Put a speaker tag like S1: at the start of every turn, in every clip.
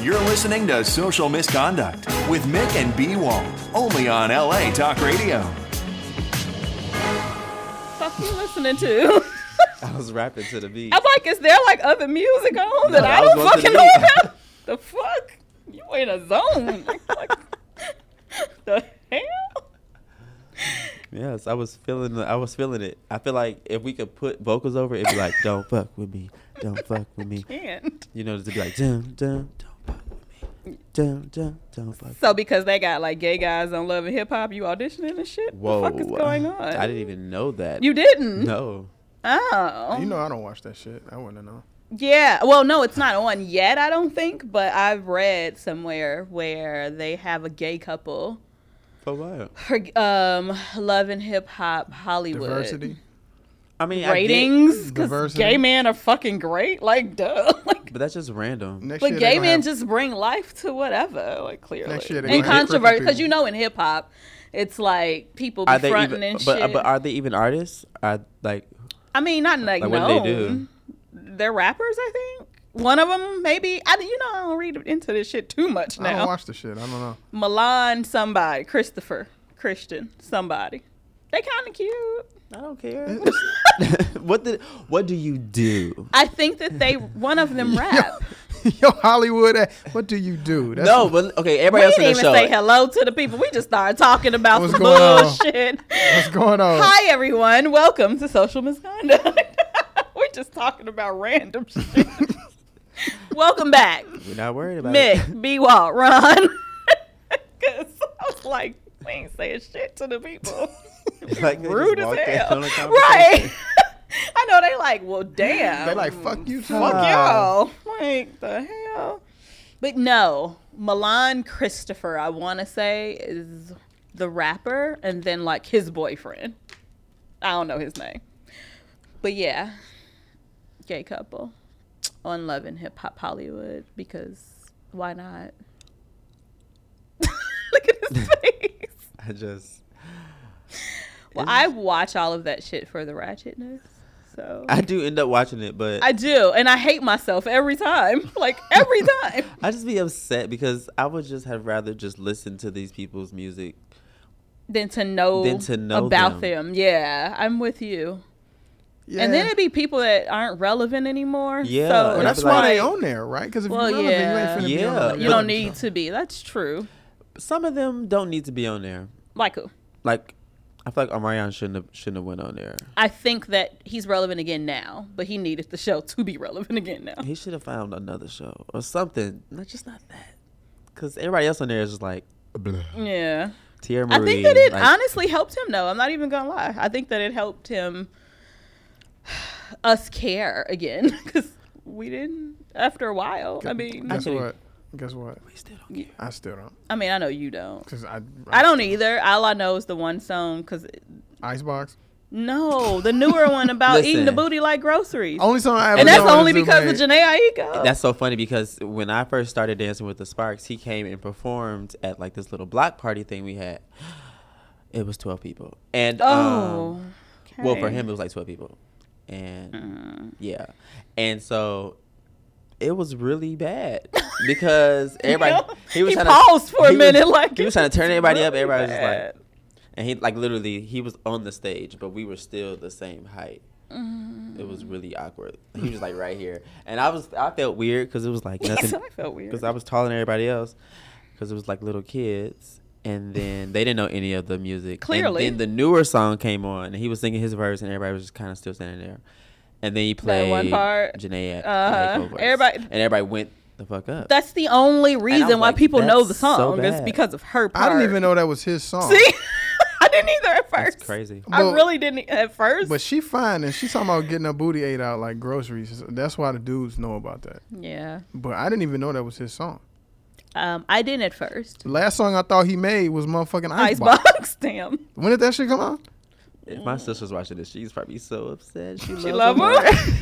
S1: You're listening to Social Misconduct with Mick and B Wall, only on LA Talk Radio.
S2: fuck you listening to?
S3: I was rapping to the beat.
S2: I'm like, is there like other music on that
S3: No,
S2: I
S3: that was
S2: don't
S3: what
S2: fucking
S3: the
S2: know
S3: beat-
S2: about? the fuck? You in a zone. Like, the hell?
S3: Yes, I was feeling. The, I was feeling it. I feel like if we could put vocals over, it, it'd be like, "Don't fuck with me, don't fuck with me."
S2: And
S3: You know, it'd be like, "Dum dum, don't fuck with me, dum dum, don't fuck."
S2: so because they got like gay guys on Love and Hip Hop, you auditioning and shit?
S3: Whoa,
S2: What the fuck is going on?
S3: I didn't even know that.
S2: You didn't?
S3: No.
S2: Oh.
S4: You know I don't watch that shit. I wouldn't know.
S2: Yeah. Well, no, it's not on yet, I don't think, but I've read somewhere where they have a gay couple
S3: For what?
S2: for um Love and Hip Hop Hollywood.
S4: Diversity.
S3: I mean, I get-
S2: Ratings because
S4: Diversity.
S2: gay men are fucking great. Like, duh. Like,
S3: but that's just random.
S4: Next
S2: but
S4: year they
S2: gay
S4: gonna
S2: men
S4: have-
S2: just bring life to whatever. Like, clearly.
S4: Next year they
S2: and
S4: gonna have
S2: controversy
S4: crippled
S2: because you
S4: people.
S2: know in hip hop, it's like people
S3: Are
S2: be
S3: they
S2: fronting
S3: even?
S2: and
S3: but
S2: shit.
S3: but are they even artists? Are like
S2: I mean, not like,
S3: like
S2: no.
S3: what do they do?
S2: They're rappers, I think. One of them, maybe. I you know I don't read into this shit too much
S4: I don't
S2: now.
S4: watch the shit. I don't know.
S2: Milan, somebody, Christopher, Christian, somebody. They kind of cute.
S3: I don't care. what did? What do you do?
S2: I think that they one of them rap.
S4: Yo, Hollywood, eh, what do you do? That's
S3: No, but okay.
S2: We
S3: Everybody else
S2: didn't
S3: in
S2: even
S3: the show.
S2: say hello to the people. We just started talking about
S4: What's
S2: some
S4: going on?
S2: bullshit.
S4: what's going on.
S2: Hi everyone, welcome to Social Misconduct. We're just talking about random shit. welcome back,
S3: We're not worried about it.
S2: Mick, B. Walt, Ron. Because I was like, we ain't saying shit to the people.
S3: Like, they just
S2: Rude as
S3: walked in
S2: hell,
S3: on the
S2: right? I know they like. Well, damn.
S4: They like fuck you too.
S2: Fuck
S3: Ah.
S2: y'all. Like the hell. But no, Milan Christopher, I want to say, is the rapper, and then like his boyfriend. I don't know his name, but yeah, gay couple on Love and Hip Hop Hollywood because why not? Look at his face.
S3: I just,
S2: Well, I watch all of that shit for the ratchetness. So
S3: I do end up watching it, but
S2: I
S3: I,
S2: do, and I hate myself every time. Like every time.
S3: just be upset because I would just have rather just listen to these people's music.
S2: than to know
S3: Than to know
S2: about them.
S3: them.
S2: Yeah, I'm with you.
S4: Yeah.
S2: And then it'd be people that aroent relevant anymore.
S3: Yeah,
S2: so
S3: and
S4: Well,
S2: it's
S4: that's
S3: I'd be
S4: why
S3: like-
S4: they own there, right? Because if
S2: Well,
S4: you're
S2: yeah.
S4: relevant, you ain't finna be on
S3: Yeah.
S4: no
S2: you don't
S4: reality
S2: need
S4: show.
S2: to be. That's true.
S3: Some of them don't need to be on there.
S2: Like who?
S3: Like, I feel like Omarion shouldn't have shouldn't have went on there.
S2: I think that he's relevant again now, but he needed the show to be relevant again now.
S3: He should have found another show or something. Not just not that, because everybody else on there is just like
S2: Yeah.
S3: Tierra Marie.
S2: I think that it
S3: like,
S2: honestly helped him though. I'm not even gonna lie. I think that it helped him us care again because we didn't after a while. I mean,
S4: guess
S3: actually-
S4: what? Guess what?
S3: we still don't
S2: Yeah.
S3: care.
S4: I still don't.
S2: I mean, I know you don't.
S4: Cause I,
S2: I don't either. All I know is the one song because
S4: Icebox.
S2: no, the newer one about eating the
S3: Listen. Oh,
S2: booty like groceries,
S4: Only song I ever
S2: and that's
S4: know is
S2: only
S4: Zoom
S2: because
S4: Aid.
S2: of Janae Aiko.
S3: That's so funny because when I first started dancing with the Sparks, he came and performed at like this little block party thing we had. It was twelve people, and
S2: oh,
S3: um, well, for
S2: okay. Mm-hmm.
S3: him it was like twelve people, and yeah, and so it was really bad because everybody
S2: Yeah.
S3: he was
S2: He
S3: trying
S2: paused
S3: to,
S2: for a
S3: he was-
S2: minute, like,
S3: he was trying to turn
S2: it's
S3: everybody up.
S2: really
S3: Everybody was
S2: bad.
S3: just like, and he like literally he was on the stage, but we were still the same height.
S2: Mm.
S3: It was really awkward. He was like right here, and I was I felt weird because it was like nothing
S2: I felt weird.
S3: because I was taller than everybody else because it was like little kids, and then they didn't know any of the music.
S2: Clearly.
S3: and then the newer song came on, and he was singing his verse, and everybody was just kind of still standing there. And then he
S2: That
S3: played
S2: one part?
S3: Janae
S2: Uh-huh.
S3: Aiko verse,
S2: Everybody-
S3: and everybody went the fuck up.
S2: That's the only reason why
S3: like,
S2: people know the
S3: that's so
S2: song. It's
S3: bad.
S2: because of her
S4: I
S2: part.
S4: didn't even know that was his song.
S2: See, I didn't either at first.
S3: That's crazy.
S2: I
S4: But-
S2: really didn't e- at first.
S4: But she fine, and she talking about getting her booty ate out like groceries. That's why the dudes know about that.
S2: yeah,
S4: But I didn't even know that was his song.
S2: um, I didn't at first.
S4: The last song I thought he made was motherfucking Icebox.
S2: Icebox, damn.
S4: When did that shit come out?
S3: If my sister's watching this, she's probably so upset. She,
S2: She
S3: loves
S2: love
S3: him.
S2: him.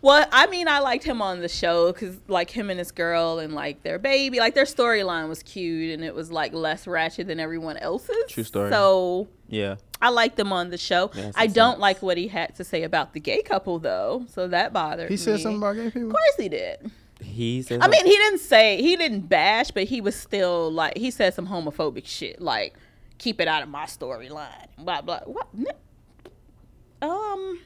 S2: well, I mean, I liked him on the show because, like, him and his girl and like their baby, like their storyline was cute and it was like less ratchet than everyone else's.
S3: True story.
S2: So
S3: Yeah.
S2: I liked them on the show.
S3: Yeah, that's
S2: I
S3: what's
S2: don't
S3: up.
S2: like what he had to say about the gay couple though, so that bothered me.
S4: He said something about gay people.
S2: Of course he did.
S3: He said.
S2: I mean, he didn't say he didn't bash, but he was still like he said some homophobic shit, like keep it out of my storyline. Blah blah. What? N- Um.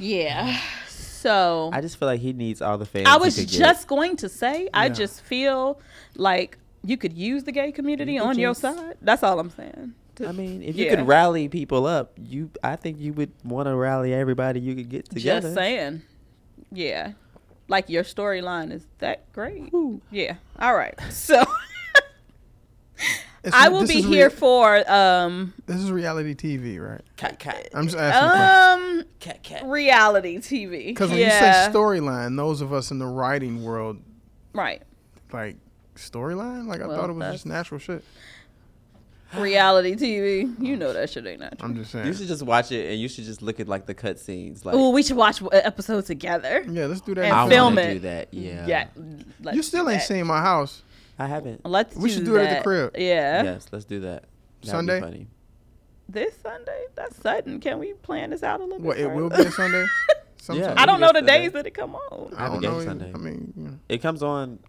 S2: Yeah. So
S3: I just feel like he needs all the fans.
S2: I
S3: he
S2: was
S3: could get.
S2: just going to say, I
S4: Yeah.
S2: just feel like you could use the gay community
S3: You could
S2: on your
S3: just-
S2: side. That's all I'm saying. To
S3: I mean, if you
S2: Yeah.
S3: could rally people up, you I think you would want to rally everybody you could get together.
S2: just saying. Yeah. Like your storyline is that great.
S3: Woo.
S2: Yeah. All right. So
S4: It's-
S2: I will
S4: this
S2: be
S4: is rea-
S2: here for um
S4: This is reality TV, right?
S3: Cat, cat,
S4: I'm just asking. questions.
S2: um
S3: cat, cat.
S2: reality TV.
S4: Because when you
S2: yeah.
S4: say storyline, those of us in the writing world,
S2: right.
S4: like storyline, like I
S2: Well,
S4: thought it was
S2: that's-
S4: just natural shit.
S2: Reality TV. You know that shit ain't natural.
S4: I'm just saying.
S3: You should just watch it, and you should just look at like the cut scenes. Like
S2: Ooh, we should watch a episode together.
S4: yeah, let's do that.
S2: And
S3: I
S4: next
S2: film
S4: time.
S3: want
S2: it. Mm,
S3: to do that. Yeah.
S2: Yeah.
S4: You still ain't
S2: seen.
S4: seen my house.
S3: I haven't.
S2: Let's
S4: We
S2: do
S4: should do it at the
S2: that.
S4: crib.
S2: Yeah.
S3: Yes, let's do that. That'd
S4: Sunday?
S3: Be funny.
S2: This Sunday? That's sudden. Can we plan this out a little
S4: What
S2: bit?
S4: it will be
S2: further?
S4: a Sunday. Sometime.
S2: I don't know the
S3: Yesterday.
S2: days that it come on.
S4: I
S3: have a
S4: don't
S3: game
S4: know.
S3: Sunday.
S4: I mean, you know.
S3: It comes on.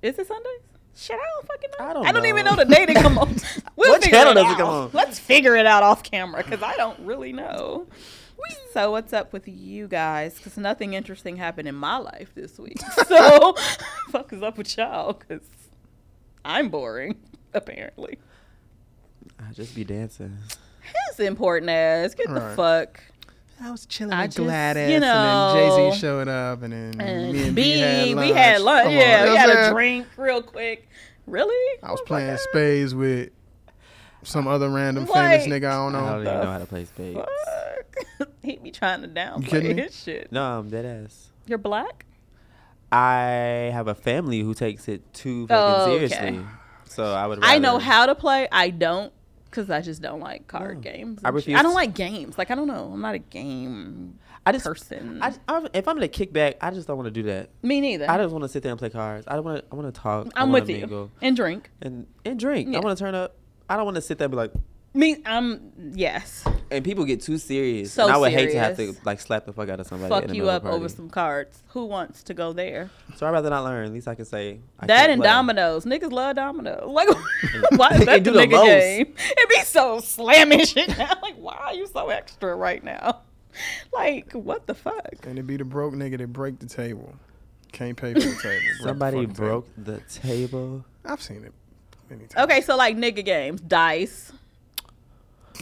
S2: Is it Sundays? Shit, I don't fucking know.
S3: I don't
S2: even
S3: know.
S2: know the day that come on. We'll
S3: What
S2: figure
S3: channel
S2: it
S3: does it
S2: out.
S3: come on?
S2: Let's figure it out off camera because I don't really know. So what's up with you guys? Because nothing interesting happened in my life this week. So fuck is up with y'all? Because I'm boring apparently.
S3: I just be dancing.
S2: His important ass. Get the
S4: Right.
S2: fuck.
S4: I was chilling
S2: I
S4: with
S2: just,
S4: Gladys,
S2: you
S4: and then
S2: know,
S4: Jay Z showed up, and then
S2: and
S4: me and
S2: B,
S4: B, had lunch.
S2: we had lunch.
S4: Come on, you
S2: yeah,
S4: know
S2: we
S4: what
S2: had
S4: I'm
S2: a
S4: saying?
S2: drink real quick. Really?
S4: I was
S2: Oh my
S4: playing
S2: God.
S4: spades with some other random famous
S2: Like-
S4: nigga I don't
S3: I don't
S4: know.
S3: even know how to play spades.
S2: Fuck. he be trying to
S4: kidding
S2: downplay
S4: me?
S2: his shit.
S3: No, I'm dead ass.
S2: You're black.
S3: I have a family who takes it too fucking
S2: Oh, okay.
S3: seriously. So I would.
S2: I know
S3: rather-
S2: how to play. I don't, cause I just don't like card games.
S3: Oh. I
S2: and shit.
S3: refuse
S2: I don't
S3: to-
S2: like games. Like I don't know. I'm not a game
S3: I just
S2: person.
S3: I, I, if I'm gonna kick back, I just don't want to do that.
S2: Me neither.
S3: I just want to sit there and play cards. I want to. I want to talk. I
S2: I'm
S3: wanna
S2: with you.
S3: mingle
S2: And drink.
S3: And and drink.
S2: Yeah.
S3: I want to turn up. I don't want to sit there and be like.
S2: Me, I'm yes.
S3: And people get too serious.
S2: So
S3: and I would hate to have to
S2: serious.
S3: like slap the fuck out of somebody. in
S2: Fuck
S3: the
S2: you
S3: middle of
S2: up
S3: a party.
S2: over some cards. Who wants to go there?
S3: So I'd rather not learn. At least I can say I
S2: That
S3: can't
S2: and
S3: play.
S2: dominoes. Niggas love dominoes. Like, why is
S3: They
S2: that the
S3: do the
S2: nigga
S3: most.
S2: game? It be so slamming shit down. Like, why are you so extra right now? Like, what the fuck?
S4: And it be the broke nigga that break the table. Can't pay for the table. break the
S3: Somebody
S4: fucking table.
S3: broke the table.
S4: I've seen it many times.
S2: Okay, so like nigga games, dice,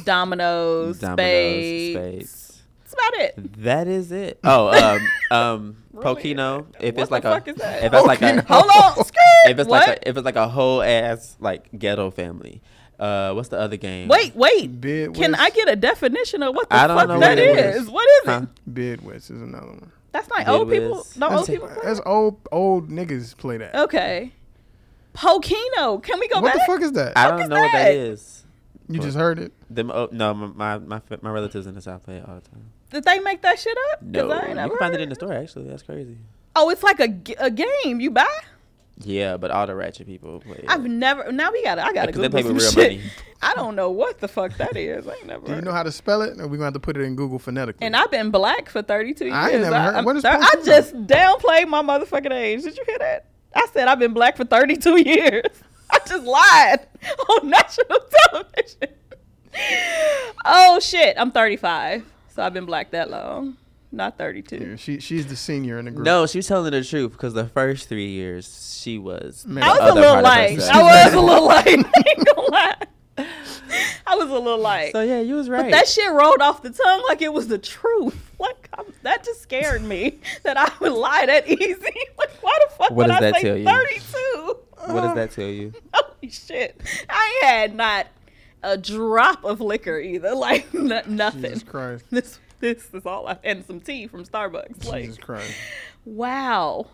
S2: dominoes,
S3: Dominoes,
S2: spades.
S3: spades.
S2: That's about it.
S3: That is it. Oh, um, um,
S2: Really?
S3: Pokino. If
S2: What
S3: it's like
S2: the
S3: a,
S2: fuck is that?
S3: if it's like
S4: Pokino.
S3: a,
S2: Hold on, skirt.
S3: if it's
S2: what?
S3: like a, if it's like a whole ass like ghetto family. Uh, what's the other game?
S2: wait, wait.
S4: Bid
S2: Can
S4: West.
S2: I get a definition of what the
S3: I don't
S2: fuck
S3: know
S2: that
S3: what it
S2: is?
S3: is.
S2: What is it?
S3: Huh?
S4: Bid West is another one.
S2: That's not
S3: Bid
S2: old people.
S3: Whiz.
S2: No
S4: That's,
S2: old people. play
S4: that's
S2: that?
S4: old old niggas play that.
S2: Okay. Pokino. Can we go
S4: what
S2: back?
S4: the fuck is that?
S3: I
S2: fuck is
S3: don't know what that
S2: that?
S3: is.
S4: you just heard it.
S3: Them, oh, no, my, my my fa- my relatives in the South play it all the time.
S2: Did they make that shit up? 'Cause
S3: No,
S2: I ain't
S3: you
S2: never
S3: can find
S2: heard
S3: it in the store. Actually, that's crazy.
S2: Oh, it's like a, g- a game you buy.
S3: Yeah, but all the ratchet people play. It.
S2: I've never. Now we gotta. I gotta
S3: Yeah, 'cause they
S2: Google
S3: play
S2: some
S3: with real
S2: shit.
S3: money.
S2: I don't know what the fuck that is. I ain't never.
S4: Do you
S2: heard
S4: know
S2: it.
S4: how to spell it? Or we gonna have to put it in Google phonetically.
S2: and I've been black for 32 years.
S4: I ain't never heard-
S2: I'm
S4: what is
S2: thir- I
S4: Pokemon?
S2: just downplayed my motherfucking age. Did you hear that? I said I've been black for 32 years. I just lied on national television. oh shit, I'm 35. So I've been black that long. Not 32.
S4: Yeah, she she's the senior in the group.
S3: No, she was telling the truth because the first three years she was.
S4: Man.
S2: I was
S4: the
S2: a
S3: other
S2: little
S3: part of
S2: like,
S3: herself.
S2: I was a little like, I ain't gonna lie. I was a little like,
S3: So yeah, you was right.
S2: that shit rolled off the tongue like it was the truth. Like I'm, that just scared me that I would lie that easy. Like why the fuck
S3: What
S2: would
S3: does
S2: I
S3: that
S2: say
S3: tell you?
S2: 32?
S3: what does that tell you?
S2: Holy shit! I had not a drop of liquor either. Like n- nothing.
S4: Jesus Christ.
S2: This this is all I and some tea from Starbucks. Like
S4: Jesus Christ.
S2: wow.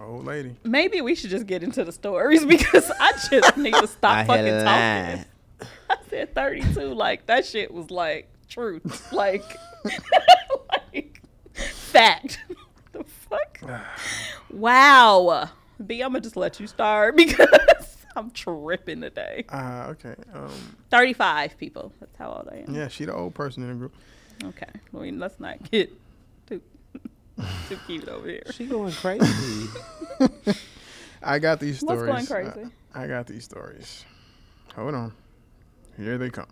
S4: Old lady.
S2: Maybe we should just get into the stories because I just need to stop
S3: had
S2: fucking
S3: a
S2: talking.
S3: line.
S2: I said 32. Like, that shit was like truth. Like, like fact. the fuck? wow. B, I'm going to just let you start because I'm tripping today.
S4: Ah, okay. Um,
S2: 35 people. That's how old I am.
S4: yeah, she the old person in the group.
S2: Okay. I mean, let's not get too. Too cute over here.
S3: She going crazy.
S4: I got these
S2: What's
S4: stories.
S2: going
S4: I-
S2: crazy?
S4: I, got these stories. Hold on. Here they come.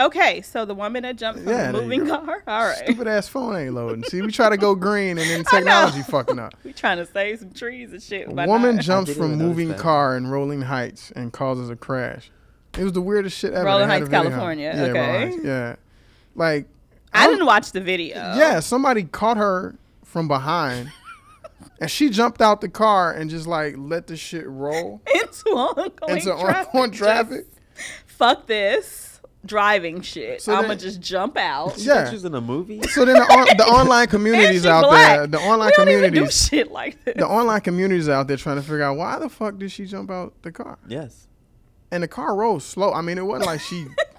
S2: Okay, so the woman that jumped from
S4: Yeah,
S2: the
S4: there you
S2: moving
S4: go.
S2: car. All right.
S4: Stupid ass phone ain't loading. See, we try to go green and then
S2: I know.
S4: technology fucking up.
S2: We trying to save some trees and shit.
S4: A
S2: by
S4: woman
S2: not-
S4: jumps
S3: didn't
S4: from
S3: even notice
S4: moving
S3: that.
S4: car in Rolling Heights and causes a crash. It was the weirdest shit ever.
S2: Rolling
S4: They had a
S2: Heights,
S4: video.
S2: California.
S4: Yeah, Rolling
S2: Okay.
S4: Heights. Yeah. Like,
S2: I
S4: don't-
S2: didn't watch the video.
S4: yeah, somebody caught her from behind, and she jumped out the car and just like let the shit roll
S2: Into oncoming
S4: into
S2: traffic.
S4: on traffic.
S2: Just fuck this driving shit.
S4: So
S2: I'ma
S4: then-
S2: just jump out.
S4: Yeah.
S3: She's in a movie.
S4: So then the, on, the online
S2: And
S4: communities
S2: she
S4: out
S2: black.
S4: there, the online
S2: we don't even do
S4: communities,
S2: shit like this.
S4: the online communities out there trying to figure out why the fuck did she jump out the car?
S3: Yes.
S4: And the car rolled slow. I mean, it wasn't like she,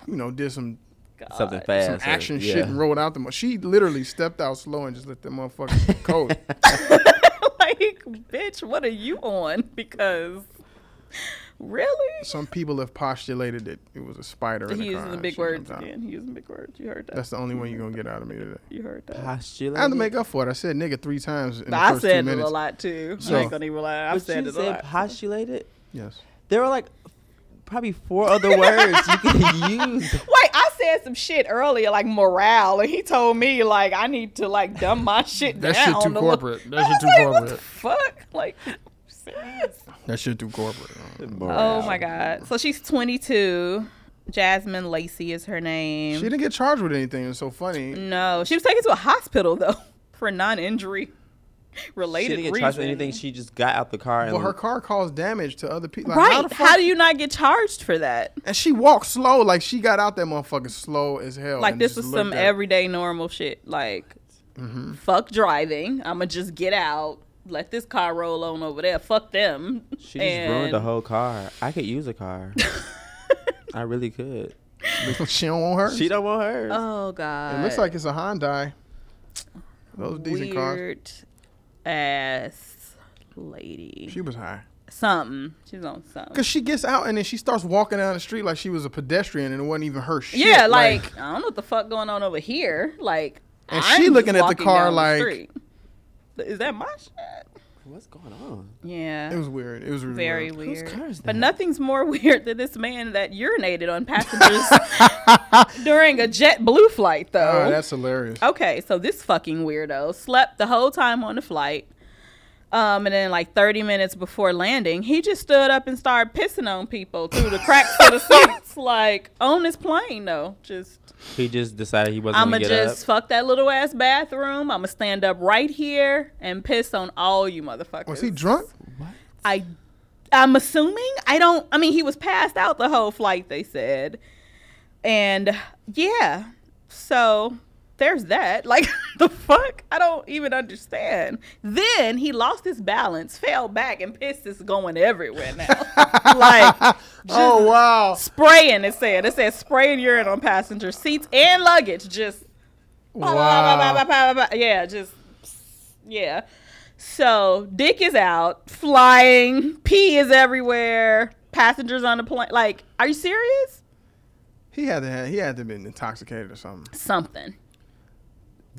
S4: you know, did some
S2: God.
S3: Something fast.
S4: some
S3: or-
S4: action
S3: yeah.
S4: shit and rolled out the. Mo- she literally stepped out slow and just let that motherfucker go.
S2: like, bitch, what are you on? Because really,
S4: Some people have postulated that it was a spider. in
S2: he
S4: the car
S2: uses the
S4: and
S2: big
S4: she jumped
S2: words
S4: out.
S2: again. He using big words. You heard that?
S4: That's the only one you're gonna get out of me today.
S2: you heard that.
S3: Postulated.
S4: I had to make up for it. I said nigga three times in the
S2: I
S4: first two
S2: said it a
S4: minutes.
S2: lot too.
S4: So-
S2: I ain't gonna even lie. I've
S3: But
S2: said it
S3: you
S2: a
S3: said
S2: lot.
S3: postulated.
S4: Yes.
S3: There are like probably four other words you can use.
S2: Wait, I said some shit earlier, like morale, and he told me like I need to like dumb my shit
S4: That
S2: down.
S4: shit too
S2: to look-
S4: corporate. That
S2: I
S4: shit
S2: was
S4: too
S2: like, What the
S4: corporate.
S2: fuck? Like, serious?
S4: That shit too corporate.
S2: Oh my god. So she's 22. Jasmine Lacey is her name.
S4: She didn't get charged with anything. It's so funny.
S2: no, she was taken to a hospital though for non-injury
S3: She
S2: related
S3: didn't get
S2: reason.
S3: charged with anything. She just got out the car and
S4: But her car caused damage to other people. Like,
S2: right?
S4: How
S2: How,
S4: the fuck?
S2: do you not get charged for that?
S4: and she walked slow. Like she got out that motherfucker slow as hell.
S2: Like
S4: and
S2: this
S4: just
S2: was
S4: looked
S2: some
S4: at- Mm-hmm.
S2: everyday normal shit. Like, fuck driving. I'ma just get out. Let this car roll on over there. Fuck them.
S3: She just ruined the
S2: And-
S3: whole car. I could use a car. I really could.
S4: she don't want her.
S3: She don't want hers.
S4: Uh,
S2: Oh god.
S4: It looks like it's a Hyundai. Those decent cars.
S2: weird ass lady.
S4: She was high.
S2: something. She's on something.
S4: Cause she gets out and then she starts walking down the street like she was a pedestrian and it wasn't even her shit.
S2: Yeah, like, I don't know what the fuck going on over here. Like,
S4: And
S2: I'm
S4: she
S2: just
S4: looking at the
S2: walking
S4: car
S2: down the
S4: like-
S2: street. is that my shit?
S3: What's going on?
S2: Yeah,
S4: it was weird. It was really
S2: very
S4: weird.
S2: weird.
S3: car is
S2: But
S3: that?
S2: nothing's more weird than this man that urinated on passengers during a JetBlue flight, though.
S4: Oh, that's hilarious.
S2: Okay, so this fucking weirdo slept the whole time on the flight. Um, and then like 30 minutes before landing, he just stood up and started pissing on people through the cracks of the seats, like on his plane though. Just
S3: He just decided he wasn't
S2: I'ma
S3: gonna get
S2: just
S3: up.
S2: fuck that little ass bathroom. I'ma stand up right here and piss on all you motherfuckers.
S4: Was he drunk?
S2: I I'm assuming I don't I mean he was passed out the whole flight they said. And yeah. So there's that. Like the fuck? I don't even understand. Then he lost his balance, fell back and piss is going everywhere now. like
S4: Oh wow.
S2: spraying it said. It said spraying urine on passenger seats and luggage just Bah, bah, bah, bah,
S4: Wow.
S2: bah, bah, bah. Yeah, just yeah. So dick is out, flying, pee is everywhere, passengers on the plane. Like, are you serious?
S4: He had to have, he had to have been intoxicated or something.
S2: Something.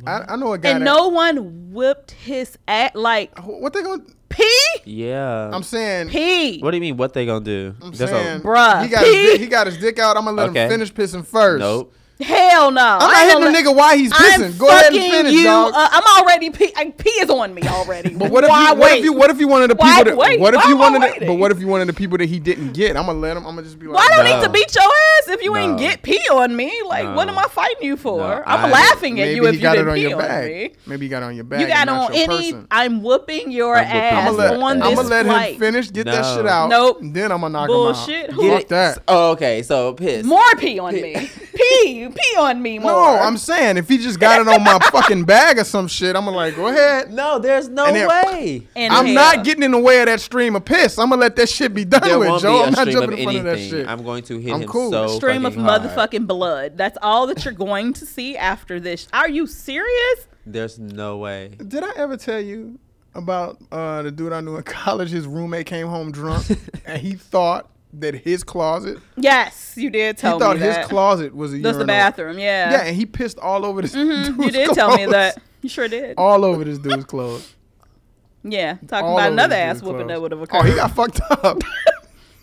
S4: I, I know a guy
S2: and
S4: that,
S2: no one whipped his at like
S4: what they gonna
S2: pee,
S3: Yeah.
S4: I'm saying
S2: pee.
S3: what do you mean? What they gonna do?
S4: I'm
S3: That's all-
S4: saying
S2: Bruh,
S4: he got his
S2: pee.
S4: dick, he got his dick out. I'm gonna let
S3: Okay.
S4: him finish pissing first.
S3: Nope.
S2: Hell no.
S4: I'm
S2: I ain't
S4: not
S2: gonna
S4: hitting the
S2: let-
S4: nigga while he's
S2: I'm
S4: pissing. Go ahead and
S2: fucking
S4: finish,
S2: you
S4: dog.
S2: up. I'm already pee. I, pee is on me already.
S4: But what if
S2: Why
S4: you, what
S2: wait?
S4: if you what if you wanted the
S2: Why
S4: people that,
S2: wait?
S4: what if
S2: Why
S4: you
S2: am I
S4: wanted the,
S2: waiting?
S4: but what if you wanted the people that he didn't get? I'm gonna let him. I'm gonna just be like,
S2: Why do I
S3: No.
S2: need to beat your ass if you ain't
S3: No.
S2: get pee on me? Like, what
S3: No.
S2: am I fighting you for?
S3: No,
S2: I'm
S3: I-
S2: laughing at
S4: maybe
S2: you if
S4: he
S2: you
S4: got
S2: didn't
S4: it on
S2: pee
S4: your
S2: on
S4: bag.
S2: me.
S4: Maybe he got it on your bag.
S2: You got
S4: and not
S2: on
S4: your
S2: any?
S4: person.
S2: I'm whooping your
S3: I'm whooping
S2: ass
S4: I'ma
S3: your
S4: let,
S3: ass.
S2: on
S4: I'ma
S2: this
S4: let
S2: flight.
S4: him finish, get that
S3: No.
S4: shit out.
S2: Nope.
S4: Then I'm gonna knock
S2: Bullshit.
S4: him
S2: Who-
S4: out.
S2: Get
S4: Fuck that.
S3: Oh, okay. So piss.
S2: More pee on me. pee, pee on me more.
S4: No, I'm saying if he just got it on my fucking bag or some shit, I'm gonna like, go ahead.
S3: No, there's no
S4: And then-
S3: way.
S2: And
S4: I'm
S2: hell.
S4: not getting in the way of that stream of piss. I'm gonna let that shit be done
S3: There
S4: with,
S3: won't
S4: Joe. I'm
S3: be a
S4: not
S3: stream of
S4: jumping in front of that
S3: anything.
S4: shit.
S3: I'm going to hit
S4: I'm
S3: him
S4: cool.
S3: so
S2: Stream of
S3: fucking hard.
S2: motherfucking blood. That's all that you're going to see after this. Are you serious?
S3: There's no way.
S4: Did I ever tell you about uh, the dude I knew in college? His roommate came home drunk, and he thought that his closet,
S2: Yes, you did
S4: he
S2: tell
S4: thought
S2: me
S4: his
S2: that.
S4: closet was a
S2: That's
S4: urinal.
S2: the bathroom.
S4: Yeah,
S2: Yeah.
S4: and he pissed all over this.
S2: you did tell me that. You sure did.
S4: all over this dude's clothes.
S2: yeah, talking
S4: all
S2: about
S4: over
S2: another
S4: this
S2: ass
S4: dude's
S2: whooping
S4: clothes.
S2: that would have
S4: Oh,
S2: occurred.
S4: he got fucked up.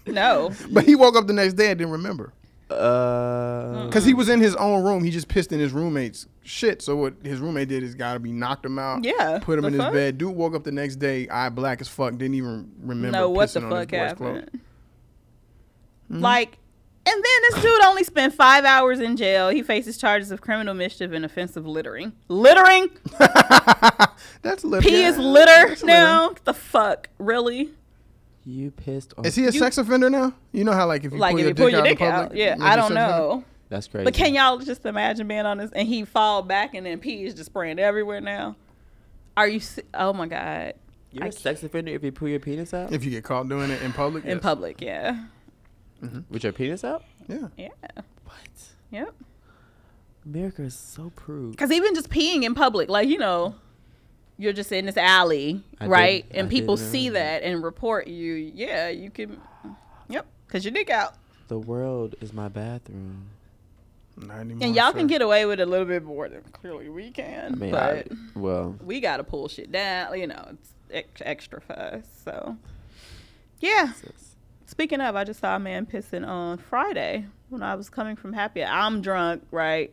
S2: no,
S4: but he woke up the next day and didn't remember.
S3: Uh,
S4: Because he was in his own room. He just pissed in his roommate's shit. So what his roommate did is gotta be knocked him out.
S2: Yeah,
S4: Put him
S2: the
S4: in his
S2: fuck?
S4: bed. Dude woke up the next day, eye black as fuck, didn't even remember.
S2: no, what the
S4: pissing on his
S2: fuck
S4: boy's clothes. Hmm?
S2: happened? Like, and then this dude only spent five hours in jail. He faces charges of criminal mischief and offensive littering. Littering?
S4: That's lit.
S2: P
S4: yeah.
S2: is litter
S4: That's
S2: now. The fuck, really?
S3: you pissed on.
S4: Is he a sex offender now? You know how like if you
S2: Like
S4: pull
S2: if
S4: your
S2: you pull your
S4: dick,
S2: dick
S4: out, in
S2: out?
S4: public,
S2: Yeah,
S4: maybe
S2: I don't
S4: sex offender?
S2: know.
S3: That's crazy.
S2: But can y'all just imagine being on this and he fall back and then pee is just spraying everywhere now? Are you? se- Oh my god!
S3: You're
S2: I
S3: a sex offender if you pull your penis out?
S4: If you get caught doing it in public.
S2: In
S4: yes.
S2: public, yeah,
S3: With your penis out?
S4: Yeah.
S2: yeah,
S3: What?
S2: yep.
S3: America is so prude.
S2: Because even just peeing in public, like you know, you're just in this alley,
S3: I
S2: right?
S3: didn't-
S2: and
S3: I
S2: people
S3: didn't
S2: see
S3: remember.
S2: that and report you. Yeah, you can. Yep, because your dick out,
S3: The world is my bathroom.
S4: Not anymore,
S2: and y'all can
S4: sir.
S2: get away with a little bit more than clearly we can.
S3: I mean,
S2: but
S3: I, well,
S2: we gotta pull shit down. You know, it's ex- extra for us. So, yeah.
S3: sis.
S2: Speaking of, I just saw a man pissing on Friday when I was coming from Happy. Hour. I'm drunk, right?